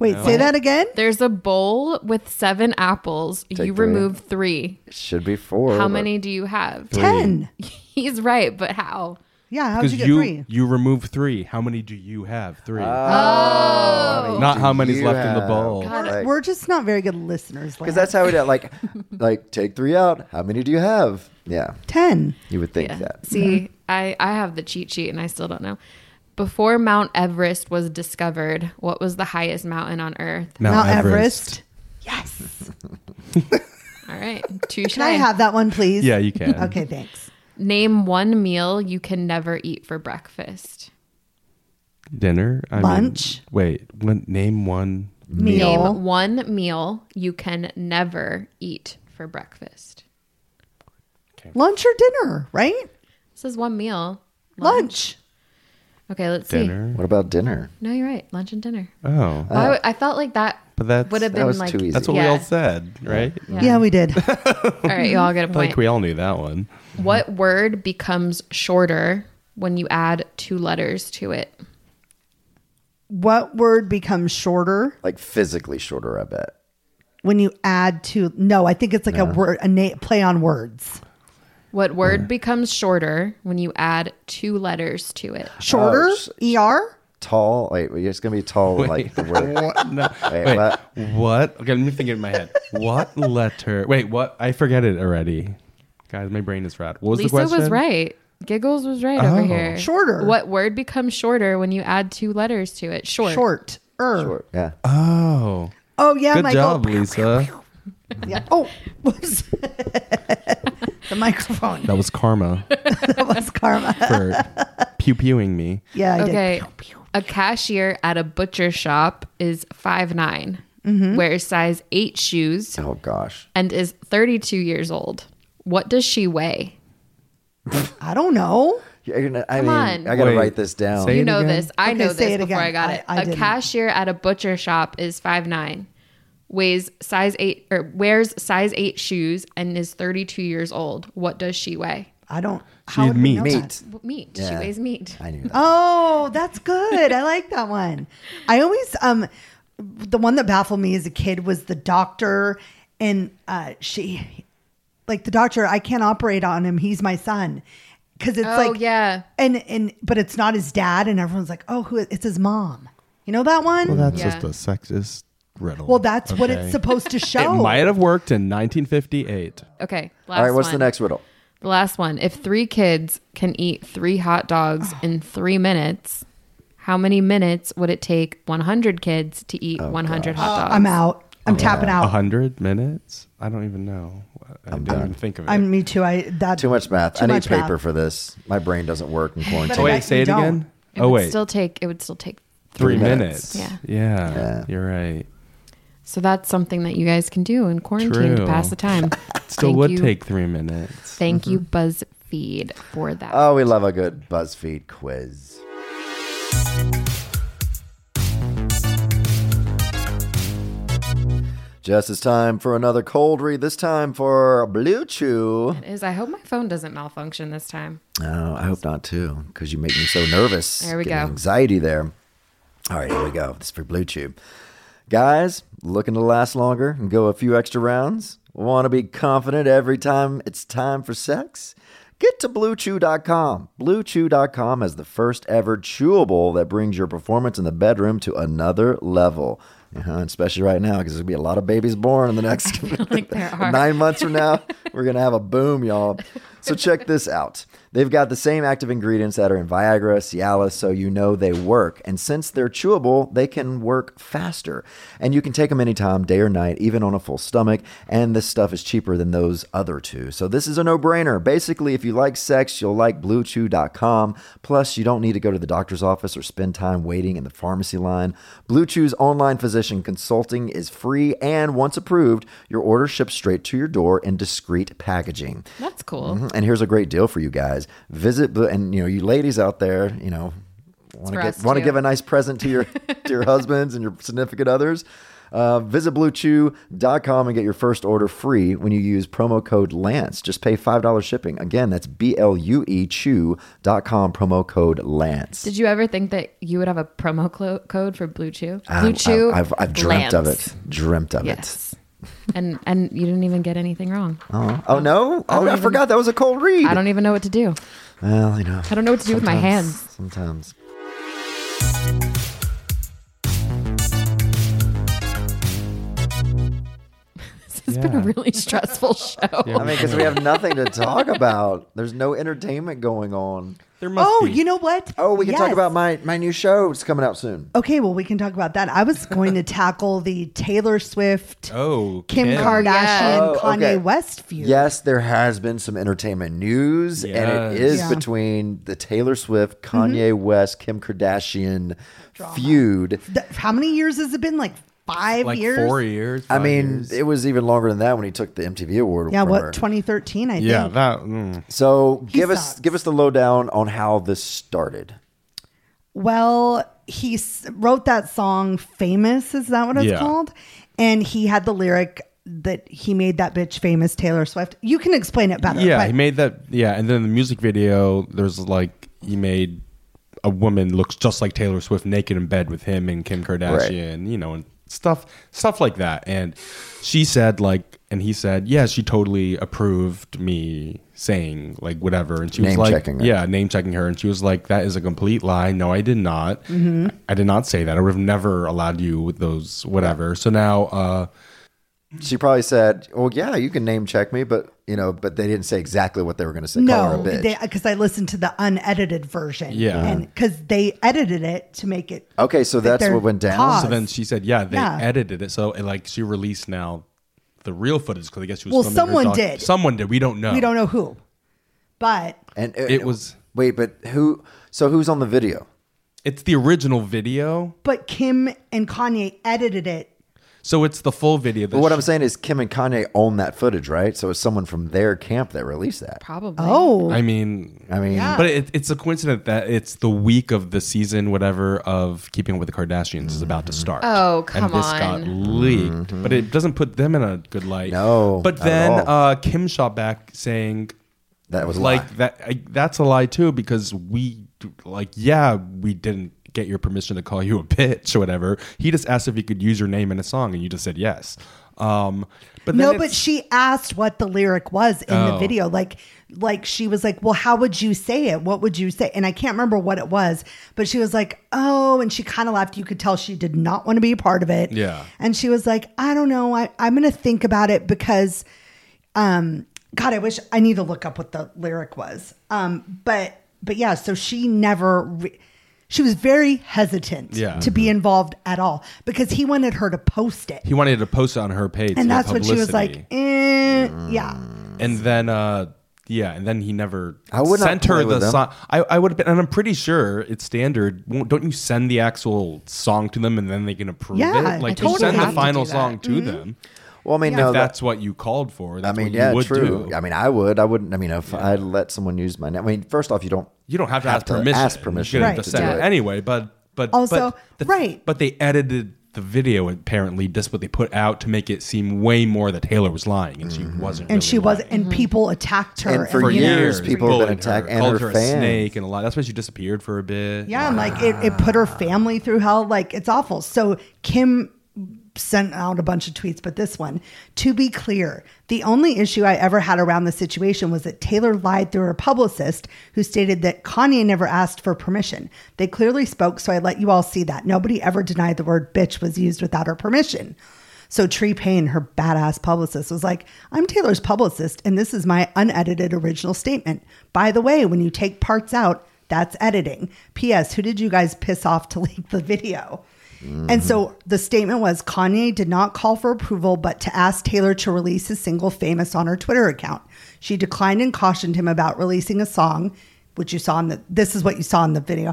S3: Wait, say that again.
S4: There's a bowl with seven apples. you
S2: three.
S4: remove three.
S2: Should be four.
S4: How
S2: but-
S4: many do you have?
S3: Ten.
S4: He's right, but how?
S3: Yeah, how'd
S7: Because
S3: you get
S7: you
S3: three?
S7: you remove three. How many do you have? Three. Oh. Not how many's
S2: you
S7: left in the
S2: have?
S7: bowl.
S2: Like-
S3: We're just not very good listeners.
S2: Because that's how we do it. Like, like take three out. How many do you have? Yeah,
S3: ten.
S2: you would think that.
S4: See, I, I have the cheat sheet and I still don't know. Before Mount Everest was discovered, what was the highest mountain on earth?
S3: Mount Everest. Yes.
S4: All right. Touche.
S3: Can I have that one, please?
S7: Yeah, you can.
S3: Okay, thanks.
S4: Name one meal you can never eat for breakfast.
S7: dinner. I mean,
S3: Lunch?
S7: wait, one, name one.
S3: meal.
S4: Name one meal you can never eat for breakfast.
S3: Lunch or dinner, right?
S4: It says one meal.
S3: Lunch.
S4: Okay, let's see.
S7: Dinner.
S2: What about dinner?
S4: No, you're right. Lunch and dinner.
S7: Oh,
S3: Uh,
S4: Why would- I felt like that
S7: But that's-
S4: would have
S2: that
S4: been
S2: was
S4: like
S2: too easy.
S7: that's what we
S4: Yeah.
S7: all said, right?
S4: Yeah.
S3: Yeah, we did.
S4: All right, you all get a
S7: I think
S4: point.
S7: we all knew that one.
S4: What word becomes shorter when you add two letters to it?
S3: what word becomes shorter
S2: Like physically shorter, I bet.
S3: when you add to? No, I think it's like a word, a na- play on words.
S4: What word becomes shorter when you add two letters to it?
S3: Shorter,
S2: Oh, s-
S3: er.
S2: Tall. Wait, it's gonna be tall. Like the word.
S7: What? No.
S2: Wait,
S7: Wait,
S2: what?
S7: what? Okay, let me think it in my head. What letter? Wait, what? I forget it already. Guys, my brain is fried. What was the
S4: Lisa
S7: question?
S4: was right. Giggles was right over
S7: Oh.
S4: here.
S3: Shorter.
S4: What word becomes shorter when you add two letters to it? Short.
S3: Short, er.
S2: Short. Yeah.
S7: Oh,
S3: Oh yeah,
S7: good
S3: Michael.
S7: job, Lisa.
S3: Yeah. Oh, whoops. the microphone.
S7: That was karma
S3: That was karma.
S7: for pew pewing me.
S3: Yeah. I
S4: Okay.
S3: Did.
S4: A cashier at a butcher shop is five 9
S3: Mm-hmm.
S4: wears size eight shoes,
S2: Oh gosh.
S4: and is 32 years old. What does she weigh?
S3: I don't know.
S2: You're gonna- I
S4: Come
S2: mean,
S4: on.
S2: I gotta
S7: Wait,
S2: write this down.
S7: say
S4: You
S7: it
S4: know
S7: again?
S4: this. I
S3: Okay,
S4: know
S3: say
S4: this
S3: it
S4: before
S3: again.
S4: I got it.
S3: I- I
S4: A
S3: didn't.
S4: cashier at a butcher shop is five nine, weighs size eight or wears size eight shoes and is 32 years old. What does she weigh?
S3: I don't. How would we
S7: meat.
S3: know that?
S2: Meat.
S4: W- Meat. She
S2: Yeah.
S4: weighs meat.
S2: I knew that.
S3: Oh, that's good. I like that one. I always um the one that baffled me as a kid was the doctor and uh she like the doctor, I can't operate on him. He's my son. Cuz it's
S4: Oh,
S3: like
S4: yeah.
S3: And and but it's not his dad and everyone's like, "Oh, who it's his mom." You know that one? Well, that's,
S4: Yeah. just a
S7: sexist riddle.
S3: what it's supposed to
S7: It
S3: show.
S7: might have worked in 1958.
S4: Okay. Last
S2: All right. What's
S4: one.
S2: the next riddle?
S4: The last one. If three kids can eat three hot dogs in three minutes, how many minutes would it take 100 kids to eat
S2: Oh,
S4: 100 hot dogs?
S3: Uh, I'm out. I'm tapping
S7: A
S3: out.
S7: hundred minutes? I don't even know. I didn't even think of it.
S3: I'm me too. I that
S2: Too much math. I need
S3: much
S2: paper
S3: math.
S2: for this. My brain doesn't work in
S3: But
S2: quarantine.
S7: oh
S3: I
S7: wait,
S3: bet
S7: say
S3: you
S7: it again.
S4: It
S7: oh
S4: would
S7: wait,
S4: Still take. It would still take.
S7: three
S2: Three
S7: minutes.
S2: minutes.
S4: Yeah.
S7: yeah,
S2: Yeah.
S7: you're right.
S4: So that's something that you guys can do in quarantine
S7: True.
S4: to pass the time.
S7: Still
S4: Thank
S7: would
S4: you.
S7: take Mm-hmm. three minutes.
S4: Thank you, BuzzFeed, for that.
S2: Oh, we love a good BuzzFeed quiz. Just as time for another cold read, this time for Blue Chew.
S4: Is I hope my phone doesn't malfunction this time.
S2: Oh, I hope not too, because you make me so nervous.
S4: There we
S2: Getting
S4: go.
S2: Anxiety there. All right, here we go. This is for Blue Chew. Guys, looking to last longer and go a few extra rounds? Want to be confident every time it's time for sex? Get to BlueChew.com. BlueChew.com is the first ever chewable that brings your performance in the bedroom to another level. Uh-huh, especially right now, because there's going to be a lot of babies born in the next
S4: Like there are.
S2: nine months from now, we're gonna have a boom, y'all. So check this out. They've got the same active ingredients that are in Viagra, Cialis, so you know they work. And since they're chewable, they can work faster. And you can take them anytime, day or night, even on a full stomach. And this stuff is cheaper than those other two. So this is a no-brainer. Basically, if you like sex, you'll like BlueChew.com. Plus, you don't need to go to the doctor's office or spend time waiting in the pharmacy line. Blue Chew's online physician consulting is free, and once approved, your order ships straight to your door in discreet packaging.
S4: That's cool.
S2: And here's a great deal for you guys. Visit Blue, and you know, you ladies out there, you know, want
S4: for
S2: to get
S4: us,
S2: want to
S4: too.
S2: give a nice present to your to your husbands and your significant others. Uh, visit bluechew.com and get your first order free when you use promo code Lance. Just pay $5 shipping. Again, that's B L U E chew.com, promo code Lance.
S4: Did you ever think that you would have a promo clo- code for Blue Chew?
S2: I-
S4: Blue Chew.
S2: I, have I've dreamt of
S4: Lance.
S2: it. Dreamt of
S4: Yes. and and you didn't even get anything wrong.
S2: it. Oh, oh no! Oh, I, forgot that was a cold read.
S4: I don't even know what to do.
S2: well, you know.
S4: I don't know what to do with my
S2: sometimes-
S4: hands.
S2: Sometimes.
S4: This is has been a
S7: Yeah.
S4: really stressful show.
S7: Yeah.
S2: I mean, because we have nothing to talk about. There's no entertainment going on.
S7: There must
S3: Oh,
S7: be.
S3: you know what?
S2: Oh, we can talk
S3: Yes.
S2: about my my new show. It's coming out soon.
S3: Okay, well, we can talk about that. I was going to tackle the Taylor Swift,
S7: Oh,
S3: Kim,
S7: Kim.
S3: Kardashian,
S2: Oh,
S3: Kanye
S2: okay.
S3: West feud.
S2: Yes, there has been some entertainment news, and it is
S3: Yes. Yeah. Mm-hmm.
S2: between the Taylor Swift, Kanye West, Kim Kardashian feud.
S3: Th- how many years has it been? Like five
S7: like
S3: years?
S7: four years.
S2: I
S7: five
S2: mean,
S7: years.
S2: it was even longer than that when he took the MTV award.
S3: Yeah,
S2: from
S3: what?
S2: her.
S3: 2013, I
S7: yeah,
S3: think.
S7: that. mm.
S2: So give us
S3: sucks.
S2: give us the lowdown on how this started.
S3: Well, he s- wrote that song Famous, is that what it's
S7: Yeah.
S3: called? And he had the lyric that he made that bitch famous, Taylor Swift. You can explain it better.
S7: Yeah,
S3: but-
S7: he made that. Yeah, and then the music video, there's like he made a woman looks just like Taylor Swift naked in bed with him and Kim Kardashian, you know, and stuff stuff like that. And she said like, and he said, yeah, she totally approved me saying like whatever, and she was like,
S2: Name-checking her.
S7: yeah, name checking her, and she was like, that is a complete lie. No, I did not.
S2: Mm-hmm.
S7: I did not say that. I would have never allowed you with those whatever. So now. uh
S2: She probably said, "Well, yeah, you can name check me," but you know, but they didn't say exactly what they were going to say. Call her
S3: No,
S2: a bitch.
S3: because I listened to the unedited version.
S7: Yeah.
S3: and because they edited it to make it.
S2: Okay, so
S3: that
S2: that's
S3: they're
S2: what went down?
S3: paused.
S7: So then she said, "Yeah, they
S3: Yeah.
S7: edited it." So it, like she released now the real footage because I guess she was.
S3: Well,
S7: filming her
S3: someone
S7: doc-
S3: did.
S7: Someone did. We don't know.
S3: we don't know who, but
S2: and uh,
S7: It was-
S2: wait, but who? So who's on the video?
S7: It's the original video,
S3: but Kim and Kanye edited it.
S7: so it's the full video. That
S2: But what
S7: she-
S2: I'm saying is Kim and Kanye own that footage, right? So it's someone from their camp that released that.
S4: Probably.
S3: Oh,
S7: I mean,
S2: I mean,
S7: but it, it's a coincidence that it's the week of the season, whatever, of Keeping Up with the Kardashians is about to
S2: Mm-hmm.
S7: start.
S4: Oh, come
S7: and this got
S4: on.
S7: leaked, but it doesn't put them in a good light.
S2: No,
S7: but
S2: not at
S7: then
S2: all.
S7: uh, Kim shot back saying,
S2: that was
S7: like
S2: like
S7: that I, that's a lie too because we like yeah we didn't get your permission to call you a bitch or whatever he just asked if you could use your name in a song and you just said yes um but
S3: no,
S7: then
S3: but
S7: it's-
S3: she asked what the lyric was in the
S7: Oh.
S3: video. Like, like she was like, "Well, how would you say it? What would you say?" And I can't remember what it was, but she was like, "Oh," and she kind of laughed. You could tell she did not want to be a part of it.
S7: Yeah.
S3: and she was like, "I don't know. I, I'm going to think about it because." um god i wish i need to look up what the lyric was um but but yeah so she never re- she was very hesitant
S7: Yeah. Mm-hmm.
S3: to be involved at all because he wanted her to post it
S7: he wanted to post it on her page to
S3: and
S7: get
S3: that's when she was
S7: publicity.
S3: like eh, yeah
S7: and then uh yeah, and then he never
S2: I would not
S7: sent her
S2: play with
S7: the
S2: them.
S7: song. I, I would have been, and I'm pretty sure it's standard. Won't, don't you send the actual song to them and then they can approve
S3: Yeah,
S7: it? Like
S3: I
S7: you send
S3: totally
S7: the
S4: have to
S7: final
S4: do that.
S7: song to
S3: Mm-hmm.
S7: them.
S2: well, I mean, no,
S7: if
S2: that,
S7: that's what you called for.
S2: I
S7: That's
S2: mean,
S7: what
S2: yeah,
S7: you would
S2: true.
S7: do.
S2: I mean, I would, I wouldn't. I mean, if I let someone use my name, I mean, first off, you don't.
S7: You don't have to ask
S2: to
S7: permission.
S2: ask permission
S7: You could
S3: Right.
S7: have just
S2: to
S7: said
S2: do
S7: it
S2: it.
S7: anyway, but but
S3: Also-
S7: but the-
S3: right.
S7: But they edited the video apparently just what they put out to make it seem way more that Taylor was lying and she wasn't.
S3: and
S7: really
S3: she was
S7: lying.
S3: and people attacked her
S2: And Mm-hmm. for
S7: For
S3: you know,
S2: years, people have been
S7: bullied her,
S2: attack- and
S7: called
S2: her
S7: her
S2: fans.
S7: a snake and a lot. That's why she disappeared for a bit.
S3: yeah and like it, it put her family through hell like it's awful so kim sent out a bunch of tweets but this one to be clear the only issue i ever had around the situation was that taylor lied through her publicist who stated that kanye never asked for permission they clearly spoke so i let you all see that nobody ever denied the word bitch was used without her permission so Tree Payne, her badass publicist, was like, I'm Taylor's publicist, and this is my unedited original statement. By the way, when you take parts out, that's editing. P.S. Who did you guys piss off to leak the video? And so the statement was Kanye did not call for approval, but to ask Taylor to release his single Famous on her Twitter account. She declined and cautioned him about releasing a song, which you saw in the, this is what you saw in the video.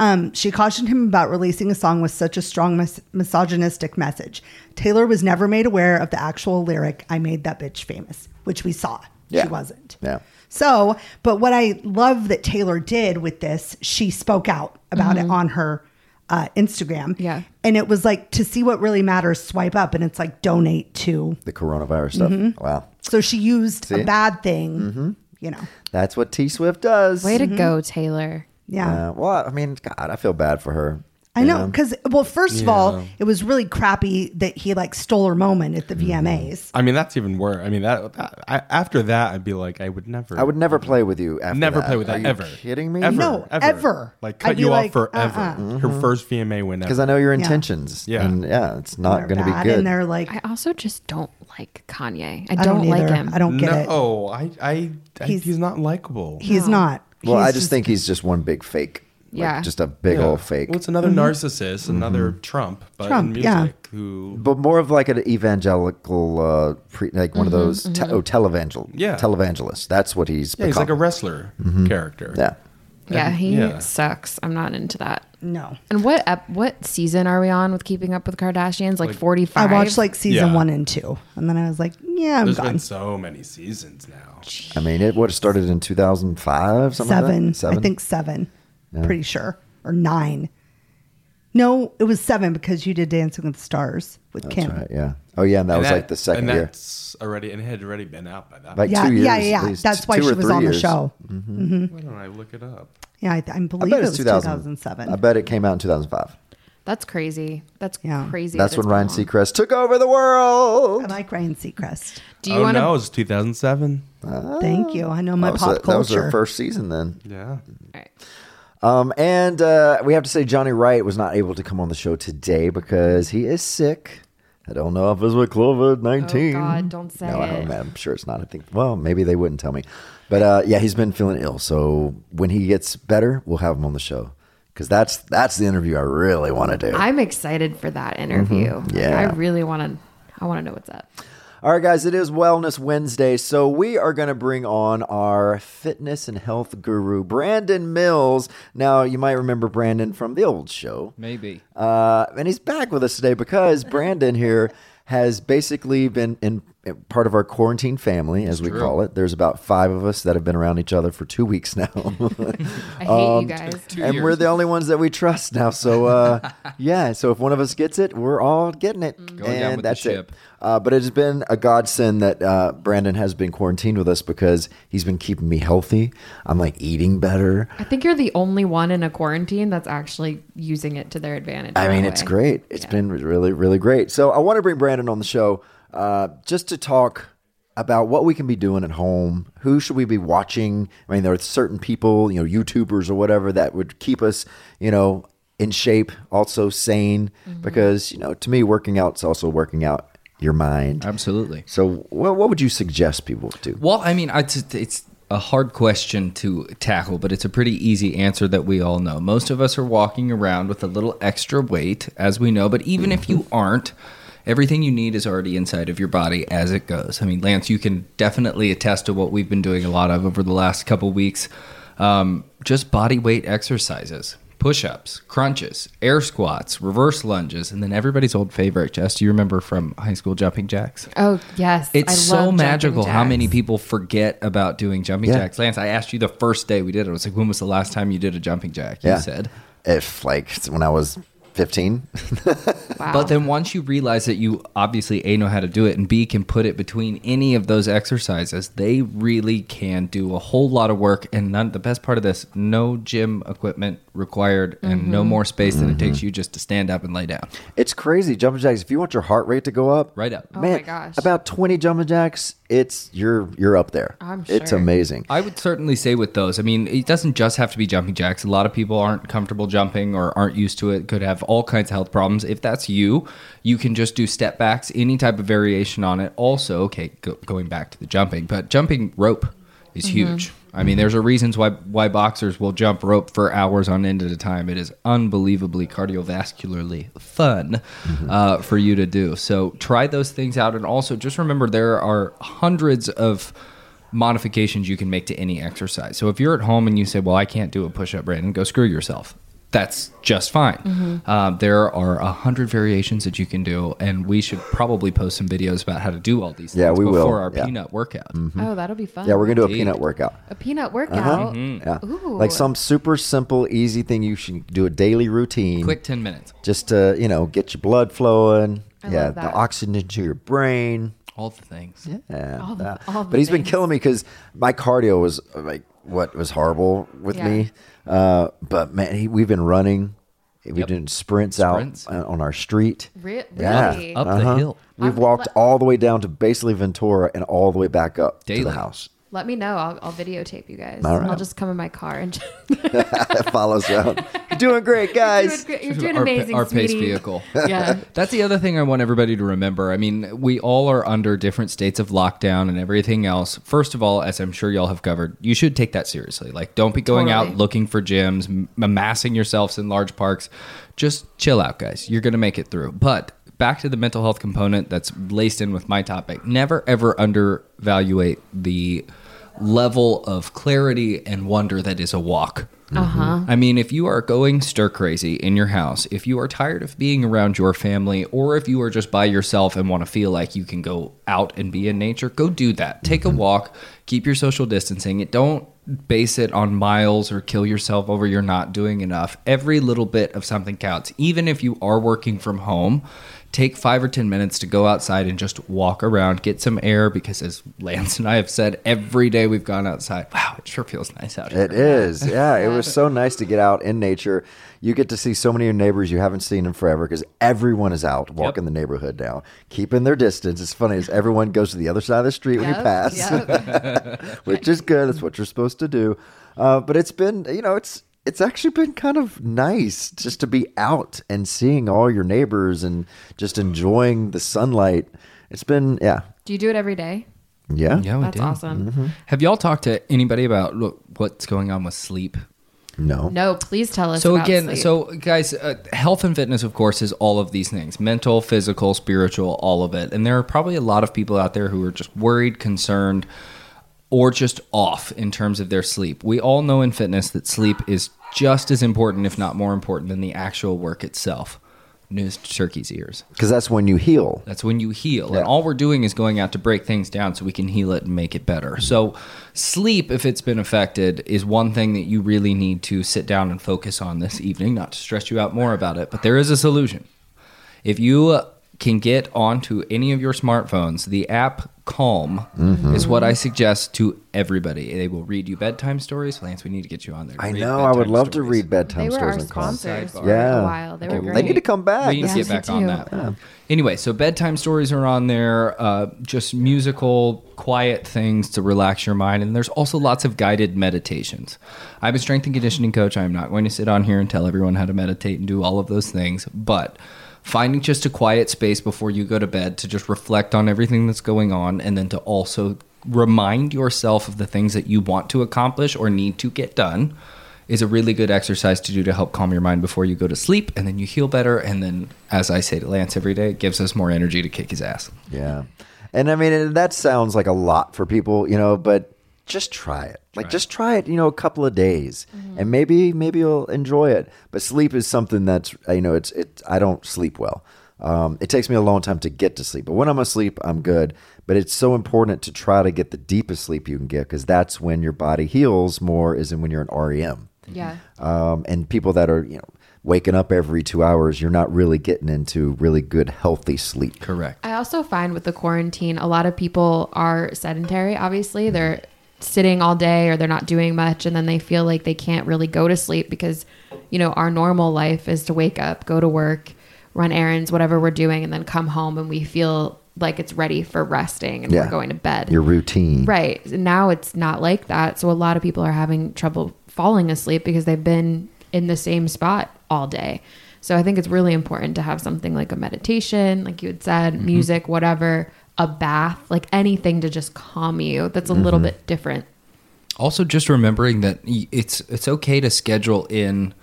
S3: Um, she cautioned him about releasing a song with such a strong mis- misogynistic message. Taylor was never made aware of the actual lyric, I made that bitch famous, which we saw.
S2: Yeah.
S3: She wasn't.
S2: Yeah.
S3: So, but what I love that Taylor did with this, she spoke out about it on her uh, Instagram.
S4: Yeah.
S3: And it was like to see what really matters, swipe up, and it's like donate to.
S2: The coronavirus stuff.
S3: Mm-hmm.
S2: Wow,
S3: So she used
S2: See? Mm-hmm.
S3: a bad thing, you know.
S2: that's what T Swift does.
S3: mm-hmm.
S4: Way to go, Taylor.
S3: Yeah.
S2: Uh, well, I mean, God, I feel bad for her.
S3: I know because well, first of all, it was really crappy that he like stole her moment at the
S2: Mm-hmm.
S3: VMAs.
S7: I mean, that's even worse. I mean, that, that I, after that, I'd be like, I would never.
S2: I would never play with you. After
S7: never
S2: that.
S7: play with
S2: Are
S7: that
S2: you
S7: ever.
S2: Kidding me? Mm-hmm.
S7: Ever,
S3: No, ever.
S7: Like
S3: I'd
S7: cut
S3: be
S7: you
S3: like,
S7: off forever.
S3: uh-uh.
S7: Her first VMA win.
S2: because I know your
S3: Yeah.
S2: intentions.
S7: Yeah.
S2: and yeah, it's not
S3: They're
S2: going to be
S3: bad,
S2: good.
S3: And they're like,
S4: I
S3: I,
S4: also just don't like Kanye. I don't,
S3: don't,
S4: like
S3: either.
S4: him.
S3: I don't get it.
S7: no, Oh, I, I, I
S3: He's-
S7: he's, not likable.
S3: He's
S4: No.
S3: not.
S2: well,
S3: He's
S2: I just think he's just one big fake. Like,
S4: Yeah.
S2: just a big
S7: Yeah.
S2: old fake.
S7: Well, it's another narcissist, another Trump, but in
S3: Trump,
S7: music,
S3: yeah.
S7: who
S2: but more of like an evangelical, uh, pre, like one of
S3: Mm-hmm,
S2: those te- oh, televangel,
S7: Yeah.
S2: televangelist. That's what he's.
S7: yeah, he's like a
S2: become.
S7: wrestler character.
S2: Mm-hmm. yeah.
S4: yeah, he
S7: yeah.
S4: sucks. I'm not into that.
S3: no.
S4: And what ep- what season are we on with Keeping Up with Kardashians? Like 45.
S3: I watched like season
S7: Yeah.
S3: one and two, and then I was like, yeah, I'm
S7: There's
S3: gone.
S7: been so many seasons now.
S2: I mean, it would have started in 2005, something like that?
S3: seven,
S2: Seven?
S3: I think seven. Pretty sure or nine. No, it was seven because you did Dancing with the Stars with Kim.
S2: Right, yeah. Oh, yeah. And that
S7: And
S2: was
S7: that-
S2: like the second
S7: and
S2: year.
S7: That's already and it had already been out by that.
S2: Like
S3: Yeah,
S2: two years.
S3: yeah, yeah,
S2: at
S3: yeah.
S2: least,
S3: That's why
S2: two
S3: she
S2: or
S3: was
S2: three
S3: on the
S2: years. Mm-hmm.
S3: show.
S7: Why don't I look it up?
S3: Yeah, I, I
S2: I
S3: believe
S2: bet
S3: it
S2: it's
S3: was
S2: 2000.
S3: 2007.
S2: I bet it came out in 2005.
S4: That's crazy. That's
S3: Yeah.
S4: crazy.
S2: That's
S4: that it's
S2: when Ryan
S4: been long.
S2: Seacrest took over the
S3: I
S2: world.
S3: like Ryan Seacrest.
S4: Do you
S7: oh
S4: want to?
S7: no, it was 2007.
S3: Thank you. I know my
S2: Oh. that, was
S3: pop
S2: it.
S3: culture.
S2: that was their first season then.
S7: Yeah.
S2: Um, and uh, we have to say Johnny Wright was not able to come on the show today because he is sick. I don't know if it's with COVID nineteen.
S4: Oh, God, don't say
S2: no, I don't,
S4: it.
S2: know. I'm sure it's not. I think. Well, maybe they wouldn't tell me. But uh, yeah, he's been feeling ill. So when he gets better, we'll have him on the show because that's that's the interview I really want to do.
S4: I'm excited for that interview.
S2: Mm-hmm. Yeah.
S4: I really want to. I want to know what's up.
S2: All right, guys, it is Wellness Wednesday. So we are going to bring on our fitness and health guru, Brandon Mills. Now, you might remember Brandon from the old show.
S8: Maybe.
S2: Uh, and he's back with us today because Brandon here has basically been in, in part of our quarantine family, as we call it. There's about five of us that have been around each other for two weeks now.
S4: I hate
S2: Um,
S4: you guys.
S2: and we're the only ones that we trust now. So uh, yeah, so if one of us gets it, we're all getting it,
S8: Mm. down
S2: and
S8: with the
S2: that's
S8: ship.
S2: it. Uh, but it has been a godsend that uh, Brandon has been quarantined with us because he's been keeping me healthy. I'm like eating better.
S4: I think you're the only one in a quarantine that's actually using it to their advantage.
S2: I
S4: in
S2: mean,
S4: that
S2: it's
S4: way.
S2: great. It's been really, really great. So I want to bring Brandon on the show uh, just to talk about what we can be doing at home. Who should we be watching? I mean, there are certain people, you know, YouTubers or whatever that would keep us, you know, in shape, also sane.
S8: Mm-hmm.
S2: Because you know, to me, working out's also working out your mind.
S8: Absolutely.
S2: So, what, what would you suggest people do?
S8: Well, I mean, I- it's, it's a hard question to tackle, but it's a pretty easy answer that we all know. Most of us are walking around with a little extra weight, as we know, but even if you aren't, everything you need is already inside of your body as it goes. I mean, Lance, you can definitely attest to what we've been doing a lot of over the last couple weeks um, just body weight exercises. Push ups, crunches, air squats, reverse lunges, and then everybody's old favorite, Jess. Do you remember from high school jumping jacks?
S4: Oh yes,
S8: It's
S4: I love
S8: so
S4: jumping
S8: magical how many
S4: jacks.
S8: people forget about doing jumping
S2: Yeah.
S8: jacks. Lance, I asked you the first day we did it. I was like, when was the last time you did a jumping jack? You
S2: Yeah.
S8: said.
S2: If like when I was 15,
S4: Wow.
S8: But then once you realize that you obviously A, know how to do it, and B, can put it between any of those exercises, they really can do a whole lot of work. And none, the best part of this, no gym equipment required and
S4: Mm-hmm.
S8: no more space
S2: Mm-hmm.
S8: than it takes you just to stand up and lay down.
S2: It's crazy jumping jacks. If you want your heart rate to go up,
S8: Right up. Oh
S4: my gosh.
S2: about twenty jumping jacks, it's you're you're up there.
S4: I'm
S2: It's
S4: sure.
S2: amazing.
S8: I would certainly say with those. I mean, it doesn't just have to be jumping jacks. A lot of people aren't comfortable jumping or aren't used to it, could have all kinds of health problems. If that's you, you can just do step backs, any type of variation on it. Also, okay, go, going back to the jumping, but jumping rope is huge. I mean, there's a reasons why why boxers will jump rope for hours on end at a time. It is unbelievably cardiovascularly fun uh, for you to do. So try those things out, and also just remember there are hundreds of modifications you can make to any exercise. So if you're at home and you say, "Well, I can't do a push-up," Brandon, go screw yourself. That's just fine. Uh, there are a hundred variations that you can do, and we should probably post some videos about how to do all these
S2: Yeah,
S8: things
S2: we will.
S8: before our
S2: Yeah. Mm-hmm.
S8: peanut workout.
S4: Oh, that'll be fun.
S2: yeah, we're gonna do a
S8: Indeed.
S2: peanut workout.
S4: a peanut workout.
S8: Mm. Mm-hmm.
S2: Yeah,
S4: Ooh.
S2: like some super simple, easy thing you should do a daily routine.
S8: Quick ten minutes.
S2: just to you know get your blood flowing.
S4: I
S2: yeah,
S4: love
S2: the
S4: that.
S2: oxygen to your brain.
S8: All the things.
S2: Yeah,
S4: All the-
S2: that.
S4: all the
S2: but he's been
S4: things.
S2: killing me because my cardio was uh, like what was horrible with
S4: Yeah.
S2: me. Uh, but man, he, we've been running. We did sprints, out
S8: Sprints.
S2: out on our street.
S4: Re-
S2: Yeah.
S4: really?
S8: Up
S2: Uh-huh.
S8: the hill.
S2: We've walked all the way down to basically Ventura and all the way back up to
S8: Daily.
S2: the house.
S4: Let me know. I'll, I'll videotape you guys.
S2: All right.
S4: I'll just come in my car and
S2: That follows out. You're doing great, guys.
S4: you're doing, you're doing
S8: Our pa-
S4: amazing.
S8: our pace
S4: sweetie.
S8: vehicle.
S4: Yeah.
S8: That's the other thing I want everybody to remember. I mean, we all are under different states of lockdown and everything else. First of all, as I'm sure y'all have covered, you should take that seriously. Like, don't be going out
S4: Totally.
S8: looking for gyms, m- amassing yourselves in large parks. Just chill out, guys. You're going to make it through. But back to the mental health component that's laced in with my topic never, ever undervaluate the level of clarity and wonder that is a walk. I mean, if you are going stir crazy in your house, if you are tired of being around your family, or if you are just by yourself and want to feel like you can go out and be in nature, go do that. Take a
S2: Mm-hmm.
S8: walk, keep your social distancing. It don't base it on miles or kill yourself over you're not doing enough. Every little bit of something counts. Even if you are working from home, take five or 10 minutes to go outside and just walk around, get some air, because as Lance and I have said, every day we've gone outside, wow, it sure feels nice out here.
S2: It is. Yeah, it was so nice to get out in nature. You get to see so many of your neighbors you haven't seen in forever because everyone is out walking the neighborhood now, keeping their distance. It's funny as everyone goes to the other side of the street when you
S4: Yep,
S2: pass.
S4: yep.
S2: which is good. That's what you're supposed to do. Uh, but it's been, you know, it's it's actually been kind of nice just to be out and seeing all your neighbors and just enjoying the sunlight. It's been, yeah,
S4: Do you do it every day?
S2: yeah,
S8: Yeah, we
S4: That's
S8: did.
S4: awesome.
S2: Mm-hmm.
S8: Have y'all talked to anybody about look, what's going on with sleep?
S2: no,
S4: No, please tell us.
S8: So
S4: about
S8: again,
S4: sleep.
S8: so guys, uh, health and fitness, of course, is all of these things: mental, physical, spiritual, all of it. And there are probably a lot of people out there who are just worried, concerned, or just off in terms of their sleep. We all know in fitness that sleep is just as important, if not more important, than the actual work itself. News to turkey's ears.
S2: because that's when you heal.
S8: That's when you heal.
S2: Yeah.
S8: And all we're doing is going out to break things down so we can heal it and make it better. So, sleep, if it's been affected, is one thing that you really need to sit down and focus on this evening, not to stress you out more about it. But there is a solution. If you uh, can get onto any of your smartphones, the app Calm
S2: Mm-hmm.
S8: is what I suggest to everybody. They will read you bedtime stories. Lance, we need to get you on there. to
S2: I
S8: read
S2: know. I would
S8: bedtime
S2: love to
S8: stories.
S2: read bedtime
S4: they were
S2: stories
S4: our
S2: and calls.
S4: sponsors for
S2: Yeah.
S4: a while. They were
S8: They
S4: great.
S2: They need to come back.
S8: We need to
S4: Yes,
S8: get back
S4: we
S8: on
S4: do.
S8: that. Anyway, so bedtime stories are on there, uh, just musical, quiet things to relax your mind. And there's also lots of guided meditations. I'm a strength and conditioning coach. I'm not going to sit on here and tell everyone how to meditate and do all of those things, but finding just a quiet space before you go to bed to just reflect on everything that's going on and then to also remind yourself of the things that you want to accomplish or need to get done is a really good exercise to do to help calm your mind before you go to sleep and then you heal better and then as i say to lance every day it gives us more energy to kick his ass
S2: Yeah. And I mean, and that sounds like a lot for people, you know, but just try it. Like, just try it, you know, a couple of days and maybe, maybe you'll enjoy it. But sleep is something that's, you know, it's, it, I don't sleep well. Um, it takes me a long time to get to sleep, but when I'm asleep, I'm good. But it's so important to try to get the deepest sleep you can get because that's when your body heals more, is in when you're in REM
S4: Yeah.
S2: um, and people that are you know waking up every two hours you're not really getting into really good healthy sleep
S8: correct
S4: I also find with the quarantine, a lot of people are sedentary, obviously. They're sitting all day or they're not doing much, and then they feel like they can't really go to sleep because, you know, our normal life is to wake up, go to work, run errands, whatever we're doing, and then come home and we feel like it's ready for resting and
S2: Yeah.
S4: we're going to bed.
S2: your routine
S4: Right. Now it's not like that. So a lot of people are having trouble falling asleep because they've been in the same spot all day. So I think it's really important to have something like a meditation, like you had said,
S2: Mm-hmm.
S4: music, whatever, a bath, like anything to just calm you. That's a little
S2: Mm-hmm.
S4: bit different.
S8: also just remembering that y- it's it's okay to schedule in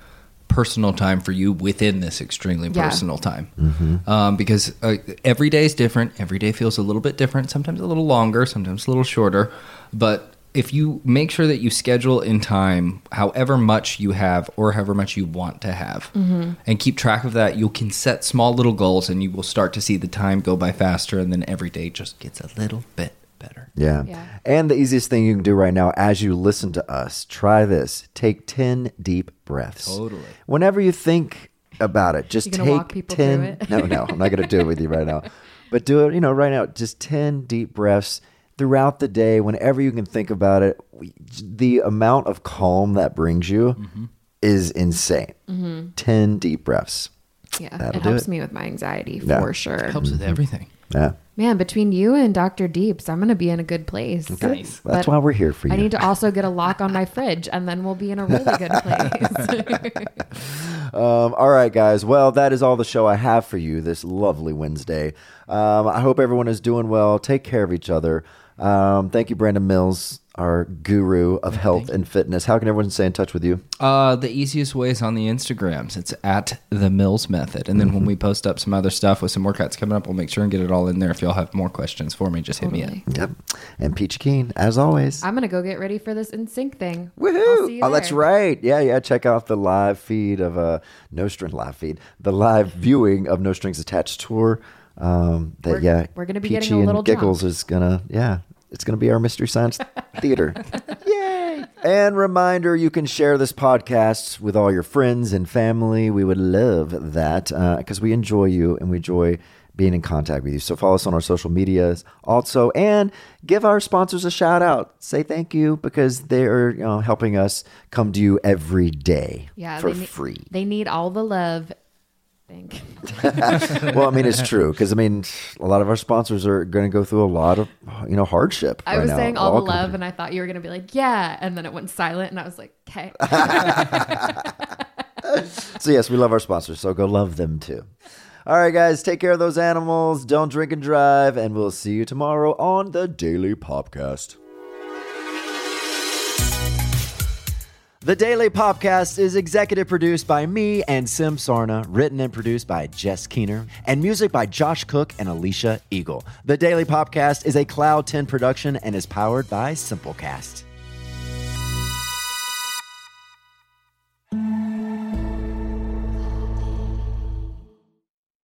S8: personal time for you within this extremely
S4: Yeah.
S8: personal time um, because uh, every day is different every day feels a little bit different sometimes a little longer sometimes a little shorter but if you make sure that you schedule in time however much you have or however much you want to have and keep track of that you can set small little goals and you will start to see the time go by faster and then every day just gets a little bit better
S2: yeah.
S4: Yeah.
S2: and the easiest thing you can do right now as you listen to us try this take 10 deep breaths
S8: Totally.
S2: whenever you think about it just
S4: You
S2: take
S4: gonna walk people through
S2: 10
S4: it?
S2: no no i'm not going to do it with you right now but do it you know right now just 10 deep breaths throughout the day whenever you can think about it We- the amount of calm that brings you is insane.
S4: Mm-hmm.
S2: 10 deep breaths.
S4: Yeah,
S2: That'll
S4: it
S2: do it.
S4: helps me with my anxiety
S2: Yeah.
S4: for sure.
S8: Helps with everything.
S2: Yeah.
S4: Man, between you and Dr. Deeps, I'm going to be in a good place.
S8: Nice.
S2: That's
S4: But
S2: why we're here for you.
S4: I need to also get a lock on my fridge and then we'll be in a really good place.
S2: Um, all right, guys. Well, that is all the show I have for you this lovely Wednesday. Um, I hope everyone is doing well. Take care of each other. Um, thank you, Brandon Mills, our guru of health and fitness. How can everyone stay in touch with you?
S8: Uh, the easiest way is on the Instagrams. It's at the Mills Method. And then when we post up some other stuff with some workouts coming up, we'll make sure and get it all in there. If y'all have more questions for me, just hit me up.
S4: Totally.
S2: Yep. And Peach Keen, as always.
S4: I'm going to go get ready for this in sync thing. I'll see
S2: Woohoo!
S4: you
S2: Oh, that's
S4: there.
S2: right. Yeah, yeah. Check out the live feed of uh, No Strings live feed, the live viewing of No Strings Attached tour. Um, that
S4: We're-
S2: yeah,
S4: we're gonna be
S2: Peachy
S4: getting a little
S2: and Giggles
S4: drunk.
S2: is gonna yeah, it's gonna be our Mystery Science Theater. Yay! And reminder, you can share this podcast with all your friends and family. We would love that because we enjoy you and we enjoy being in contact with you. So follow us on our social medias also, and give our sponsors a shout out. Say thank you because they are you know, helping us come to you every day
S4: Yeah,
S2: for
S4: they need-
S2: free.
S4: They need all the love. I think.
S2: well, I mean, it's true because I mean, a lot of our sponsors are going to go through a lot of you know hardship.
S4: I
S2: right
S4: was
S2: now.
S4: saying all the
S2: companies.
S4: love, and I thought you were going to be like, yeah. And then it went silent, and I was like, okay.
S2: So yes, we love our sponsors, so go love them too. All right, guys, take care of those animals. Don't drink and drive, and we'll see you tomorrow on the Daily Popcast. The Daily Popcast is executive produced by me and Sim Sarna, written and produced by Jess Keener, and music by Josh Cook and Alicia Eagle. The Daily Popcast is a Cloud 10 production and is powered by Simplecast.